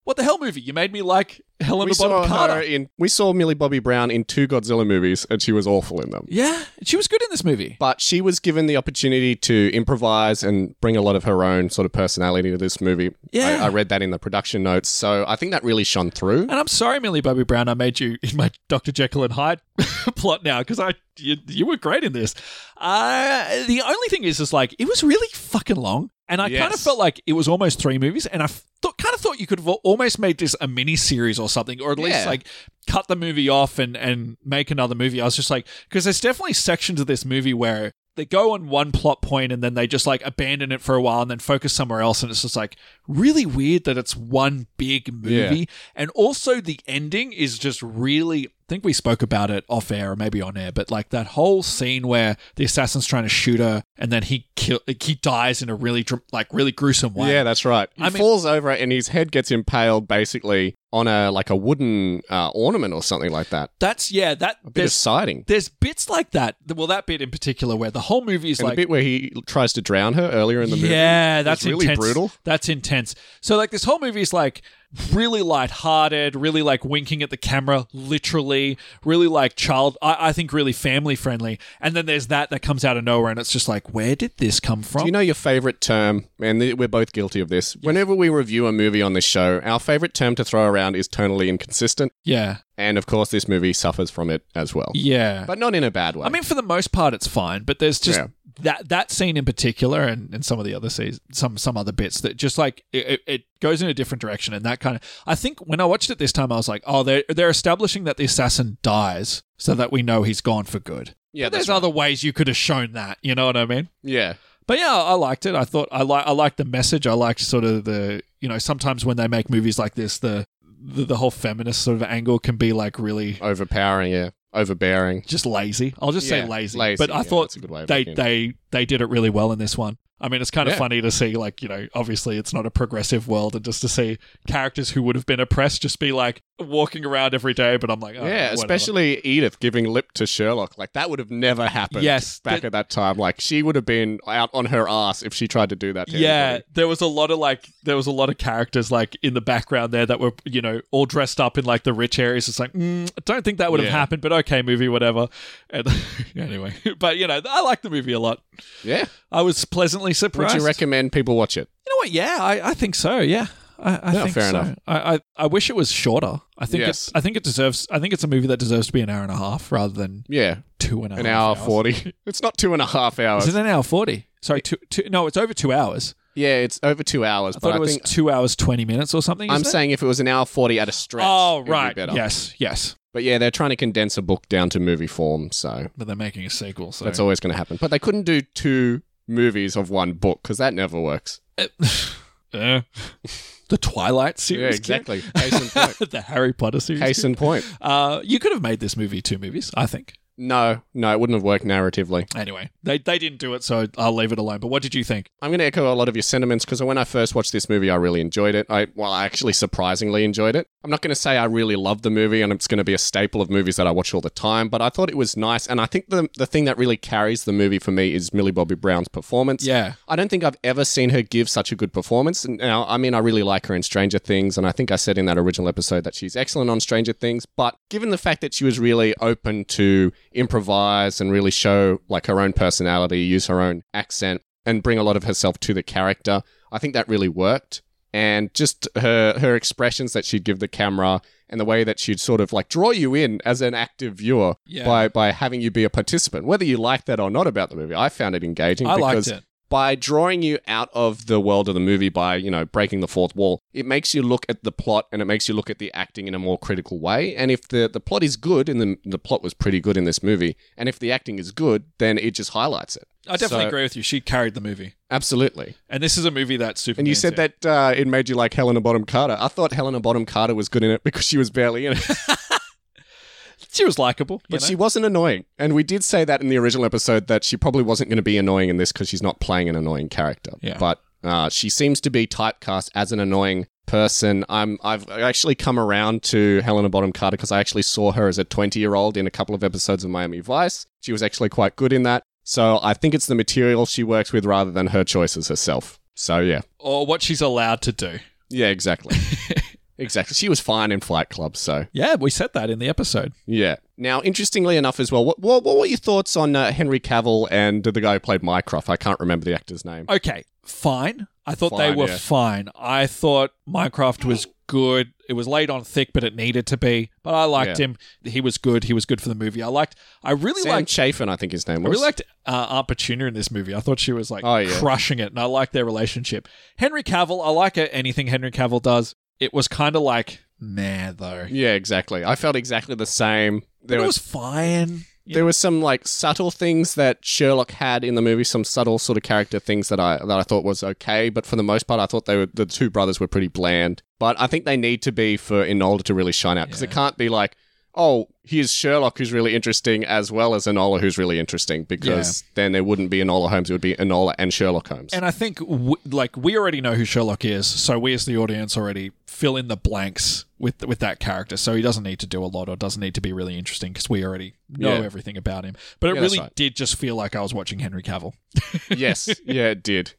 What the hell movie? You made me like Helena
We saw
Bonham
her
Carter.
in. We saw Millie Bobby Brown in two Godzilla movies, and she was awful in them.
Yeah, she was good in this movie.
But she was given the opportunity to improvise and bring a lot of her own sort of personality to this movie.
Yeah.
I, I read that in the production notes, so I think that really shone through.
And I'm sorry, Millie Bobby Brown, I made you in my Dr. Jekyll and Hyde plot now because I you, you were great in this. Uh, the only thing is, is like it was really fucking long, and I kind of
Yes.
felt like it was almost three movies, and I thought, kind of thought you could have al- almost made this a mini series or something, or at least
Yeah.
like cut the movie off and and make another movie. I was just like, because there's definitely sections of this movie where. They go on one plot point and then they just like abandon it for a while and then focus somewhere else. And it's just like really weird that it's one big movie
Yeah.
movie. And also, the ending is just really. I think we spoke about it off air or maybe on air, but like that whole scene where the assassin's trying to shoot her and then he kill, like, he dies in a really dr- like really gruesome way.
Yeah, that's right. He
I mean-
falls over and his head gets impaled basically on a like a wooden uh, ornament or something like that.
that's yeah. That
A bit of
there's
siding.
there's bits like that. Well, that bit in particular where the whole movie is
And
like
the bit where he tries to drown her earlier in the movie.
Yeah, that's
really
intense.
brutal.
That's intense. So like this whole movie is like really light-hearted, really like winking at the camera, literally, really like child. I, I think really family friendly. And then there's that that comes out of nowhere, and it's just like, where did this come from?
Do you know your favorite term? And th- we're both guilty of this. Whenever we review a movie on this show, our favorite term to throw around is tonally inconsistent.
yeah,
And of course, this movie suffers from it as well.
yeah.
But not in a bad way.
I mean, for the most part, it's fine, but there's just
Yeah.
that that scene in particular, and, and some of the other scenes, some some other bits that just like it, it- it goes in a different direction, and that kind of. I think when I watched it this time, I was like, oh, they're they're establishing that the assassin dies so that we know he's gone for good.
yeah,
But there's
that's right.
other ways you could have shown that. You know what I mean?
Yeah.
But yeah, I liked it. I thought I like I liked the message. I liked sort of the you know sometimes when they make movies like this, the the, the whole feminist sort of angle can be like really
Overpowering, yeah. Overbearing.
just lazy. I'll just
Yeah,
say lazy.
lazy,
But I
yeah,
thought
that's a good way of
they
looking at it.
they they did it really well in this one. I mean, it's kind of
Yeah.
funny to see like you know, obviously it's not a progressive world, and just to see characters who would have been oppressed just be like, walking around every day, but I'm like, oh,
yeah,
whatever.
especially Edith giving lip to Sherlock. Like that would have never happened.
Yes,
back
that-
at that time, like she would have been out on her ass if she tried to do that. To
yeah,
anybody.
there was a lot of like there was a lot of characters like in the background there that were you know all dressed up in like the rich areas. It's like mm, I don't think that would have
Yeah.
happened, but okay, movie, whatever. And anyway, but you know I like the movie a lot.
yeah.
I was pleasantly surprised.
Would you recommend people watch it?
You know what? Yeah, I, I think so. Yeah. I, I
Yeah,
think
fair
so.
enough.
I, I, I wish it was shorter. I think
Yes.
it, I think it deserves. I think it's a movie that deserves to be an hour and a half rather than
Yeah,
two and a half.
an hour
hours.
forty. It's not two and a half hours.
Oh, Is it an hour forty? Sorry, two, two, no, it's over two hours.
yeah, it's over two hours.
I
but
thought
I
it was
think
two hours twenty minutes or something.
I'm
isn't it?
saying if it was an hour forty at a stretch,
Oh
it'd be
right,
better.
yes, yes.
But yeah, they're trying to condense a book down to movie form, so
But they're making a sequel, so
that's always going to happen. But they couldn't do two movies of one book because that never works.
Eh. the Twilight
Yeah,
series, kid.
exactly. Case in point.
the Harry Potter series.
Case in point.
Uh, you could have made this movie two movies, I think.
No, no, it wouldn't have worked narratively.
Anyway, they they didn't do it, so I'll leave it alone. But what did you think?
I'm going to echo a lot of your sentiments because when I first watched this movie, I really enjoyed it. I well, I actually surprisingly enjoyed it. I'm not going to say I really love the movie and it's going to be a staple of movies that I watch all the time, but I thought it was nice. And I think the the thing that really carries the movie for me is Millie Bobby Brown's performance.
Yeah,
I don't think I've ever seen her give such a good performance. Now, I mean, I really like her in Stranger Things, and I think I said in that original episode that she's excellent on Stranger Things. But given the fact that she was really open to improvise and really show like her own personality, use her own accent, and bring a lot of herself to the character, I think that really worked. And just her her expressions that she'd give the camera and the way that she'd sort of like draw you in as an active viewer
Yeah.
by by having you be a participant, whether you like that or not about the movie, I found it engaging
I liked
because
it.
by drawing you out of the world of the movie by you know breaking the fourth wall it makes you look at the plot and it makes you look at the acting in a more critical way and if the, the plot is good and the, the plot was pretty good in this movie and if the acting is good then it just highlights it
I definitely
So-
agree with you. She carried the movie,
absolutely
and this is a movie that's super.
and you said that uh, it made you like helena bonham carter i thought helena bonham carter was good in it because she was barely in it
she was likable,
but she wasn't annoying and we did say that in the original episode that she probably wasn't going to be annoying in this because she's not playing an annoying character
Yeah.
but uh, she seems to be typecast as an annoying person I'm, i've actually come around to helena bottom carter because i actually saw her as a 20 year old in a couple of episodes of miami vice she was actually quite good in that so i think it's the material she works with rather than her choices herself so yeah
or what she's allowed to do.
yeah exactly exactly she was fine in flight club so
Yeah, we said that in the episode.
yeah. Now, interestingly enough, as well, what what, what were your thoughts on uh, Henry Cavill and the guy who played Mycroft? I can't remember the actor's name.
Okay, fine. I thought they
Fine,
were
yeah.
fine. I thought Minecraft was good. It was laid on thick, but it needed to be. But I liked
Yeah.
him. He was good. He was good for the movie. I liked. I really
Sam
liked.
Chafin, I think his name
I
was.
really liked uh, Aunt Petunia in this movie. I thought she was like
Oh, yeah.
crushing it, and I liked their relationship. Henry Cavill, I like uh, anything Henry Cavill does. It was kind of like nah, though.
yeah, exactly. I felt exactly the same.
But
There
it
was
was fine.
there were some like subtle things that Sherlock had in the movie, some subtle sort of character things that I that I thought was okay, but for the most part, I thought they were the two brothers were pretty bland. But I think they need to be for Enola to really shine out because it
Yeah.
can't be like, oh, here's Sherlock who's really interesting as well as Enola who's really interesting because then there wouldn't be Enola Holmes; it would be Enola and Sherlock Holmes.
And I think, w- like, we already know who Sherlock is, so we as the audience already fill in the blanks with with that character. So he doesn't need to do a lot or doesn't need to be really interesting because we already know
Yeah.
everything about him. But it
Yeah, that's
really
right.
did just feel like I was watching Henry Cavill.
yes, yeah, it did.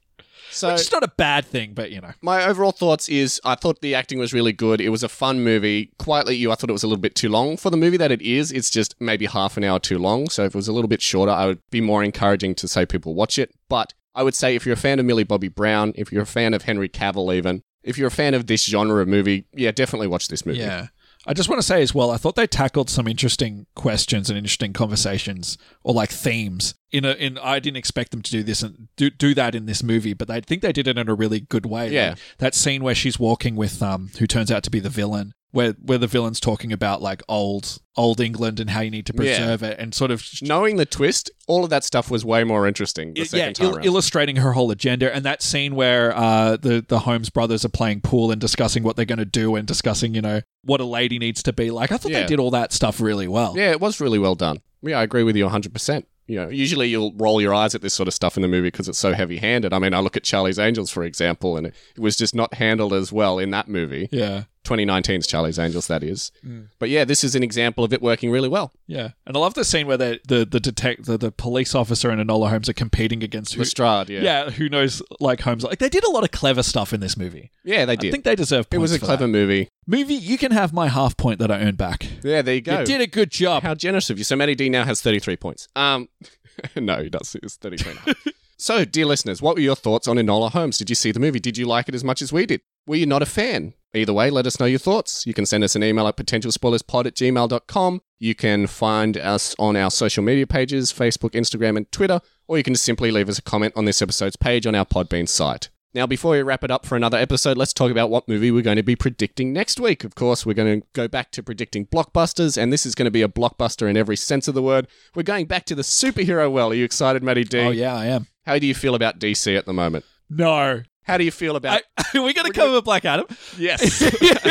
So
It's not a bad thing, but you know,
my overall thoughts is I thought the acting was really good. It was a fun movie. Quietly You, I thought it was a little bit too long for the movie that it is. It's just maybe half an hour too long. So if it was a little bit shorter, I would be more encouraging to say people watch it. But I would say if you're a fan of Millie Bobby Brown, if you're a fan of Henry Cavill, even if you're a fan of this genre of movie, yeah, definitely watch this movie.
yeah. I just want to say as well, I thought they tackled some interesting questions and interesting conversations or like themes. In a, in I didn't expect them to do this and do, do that in this movie, but I think they did it in a really good way.
Yeah.
Like, that scene where she's walking with um who turns out to be the villain, where where the villain's talking about like old old England and how you need to
Yeah.
preserve it and sort of
Knowing the twist, all of that stuff was way more interesting the
it-
second time
il-
around.
illustrating her whole agenda and that scene where uh, the the Holmes brothers are playing pool and discussing what they're going to do and discussing you know what a lady needs to be like. I thought
Yeah.
they did all that stuff really well.
Yeah, it was really well done. Yeah, I agree with you 100%. You know, usually you'll roll your eyes at this sort of stuff in the movie because it's so heavy-handed. I mean, I look at Charlie's Angels, for example, and it was just not handled as well in that movie.
Yeah. Mm.
2019's Charlie's Angels, that is. But yeah, this is an example of it working really well.
Yeah, and I love the scene where the the the detect the, the police officer and Enola Holmes are competing against who,
Lestrade, yeah.
yeah who knows like Holmes like they did a lot of clever stuff in this movie.
Yeah, they
I
did.
think they deserve. Points
it was a
for
clever
that.
movie.
movie. You can have my half point that I earned back.
Yeah, there you go.
You did a good job.
How generous of you. So Matty D now has 33 points. Um, no, he does. It's 33 now. so, dear listeners, what were your thoughts on Enola Holmes? Did you see the movie? Did you like it as much as we did? Were you not a fan? Either way, let us know your thoughts. You can send us an email at potentialspoilerspod at gmail.com. You can find us on our social media pages Facebook, Instagram, and Twitter, or you can just simply leave us a comment on this episode's page on our Podbean site. Now, before we wrap it up for another episode, let's talk about what movie we're going to be predicting next week. Of course, we're going to go back to predicting blockbusters, and this is going to be a blockbuster in every sense of the word. We're going back to the superhero well. Are you excited, Matty D?
Oh yeah, I am.
How do you feel about DC at the moment?
No,
How do you feel about.
I, are we going to cover Black Adam?
yes.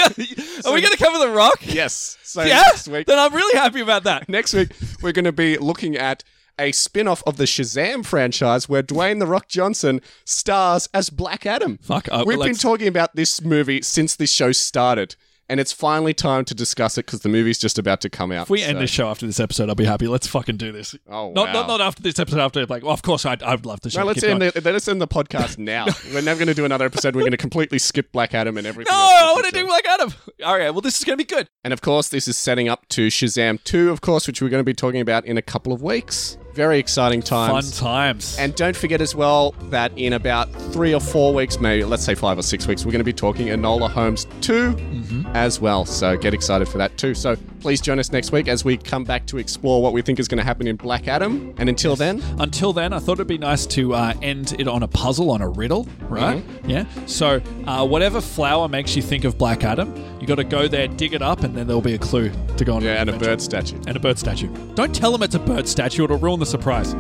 are we going to cover The Rock?
yes. So
Yeah.
next week.
Then I'm really happy about that.
Next week, we're going to be looking at a spin off of the Shazam franchise where Dwayne The Rock Johnson stars as Black Adam.
Fuck, uh,
We've been
let's-
talking about this movie since this show started, and it's finally time to discuss it because the movie's just about to come out.
If we end this show after this episode, I'll be happy. Let's fucking do this.
Oh,
not,
wow.
not not after this episode. After like, well, of course, I'd, I'd love to. show.
No, let's
Keep
end,
going.
the, let's end the podcast now. We're never going to do another episode. We're going to completely skip Black Adam and everything.
No,
else
I want
that's
to do
done.
Black Adam. All right, well, this is going to be good.
And of course, this is setting up to Shazam 2, of course, which we're going to be talking about in a couple of weeks. Very exciting times.
Fun times.
And don't forget as well that in about three or four weeks, maybe let's say five or six weeks, we're going to be talking Enola Holmes 2 as well. So get excited for that too. So please join us next week as we come back to explore what we think is going to happen in Black Adam. And until then,
Until then, I thought it'd be nice to uh, end it on a puzzle, on a riddle, right?
Mm-hmm.
Yeah. So, uh, whatever flower makes you think of Black Adam, you got to go there, dig it up, and then there'll be a clue to go on.
yeah,
an
and a
adventure.
bird statue.
And a bird statue. Don't tell them it's a bird statue; it'll ruin the surprise.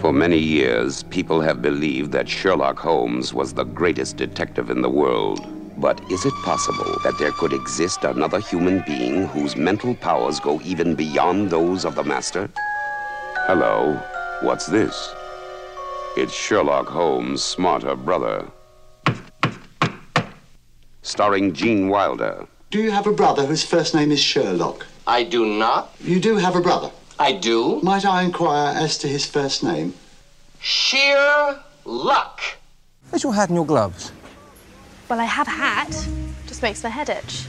For many years, people have believed that Sherlock Holmes was the greatest detective in the world. But is it possible that there could exist another human being whose mental powers go even beyond those of the master? Hello, what's this? It's Sherlock Holmes' smarter brother. Starring Gene Wilder.
Do you have a brother whose first name is Sherlock?
I do not.
You do have a brother.
I do.
Might I inquire as to his first name?
Sheer luck.
Where's your hat and your gloves?
Well, I have a hat. Just makes my head itch.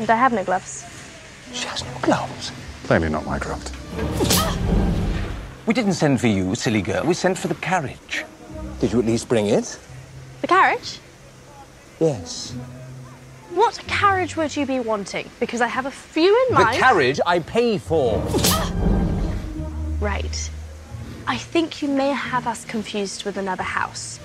And I have no gloves.
She has no gloves.
Plainly not my craft.
We didn't send for you, silly girl. We sent for the carriage. Did you at least bring it?
The carriage?
Yes.
What carriage would you be wanting? Because I have a few in
The
mind.
carriage I pay for.
right. I think you may have us confused with another house.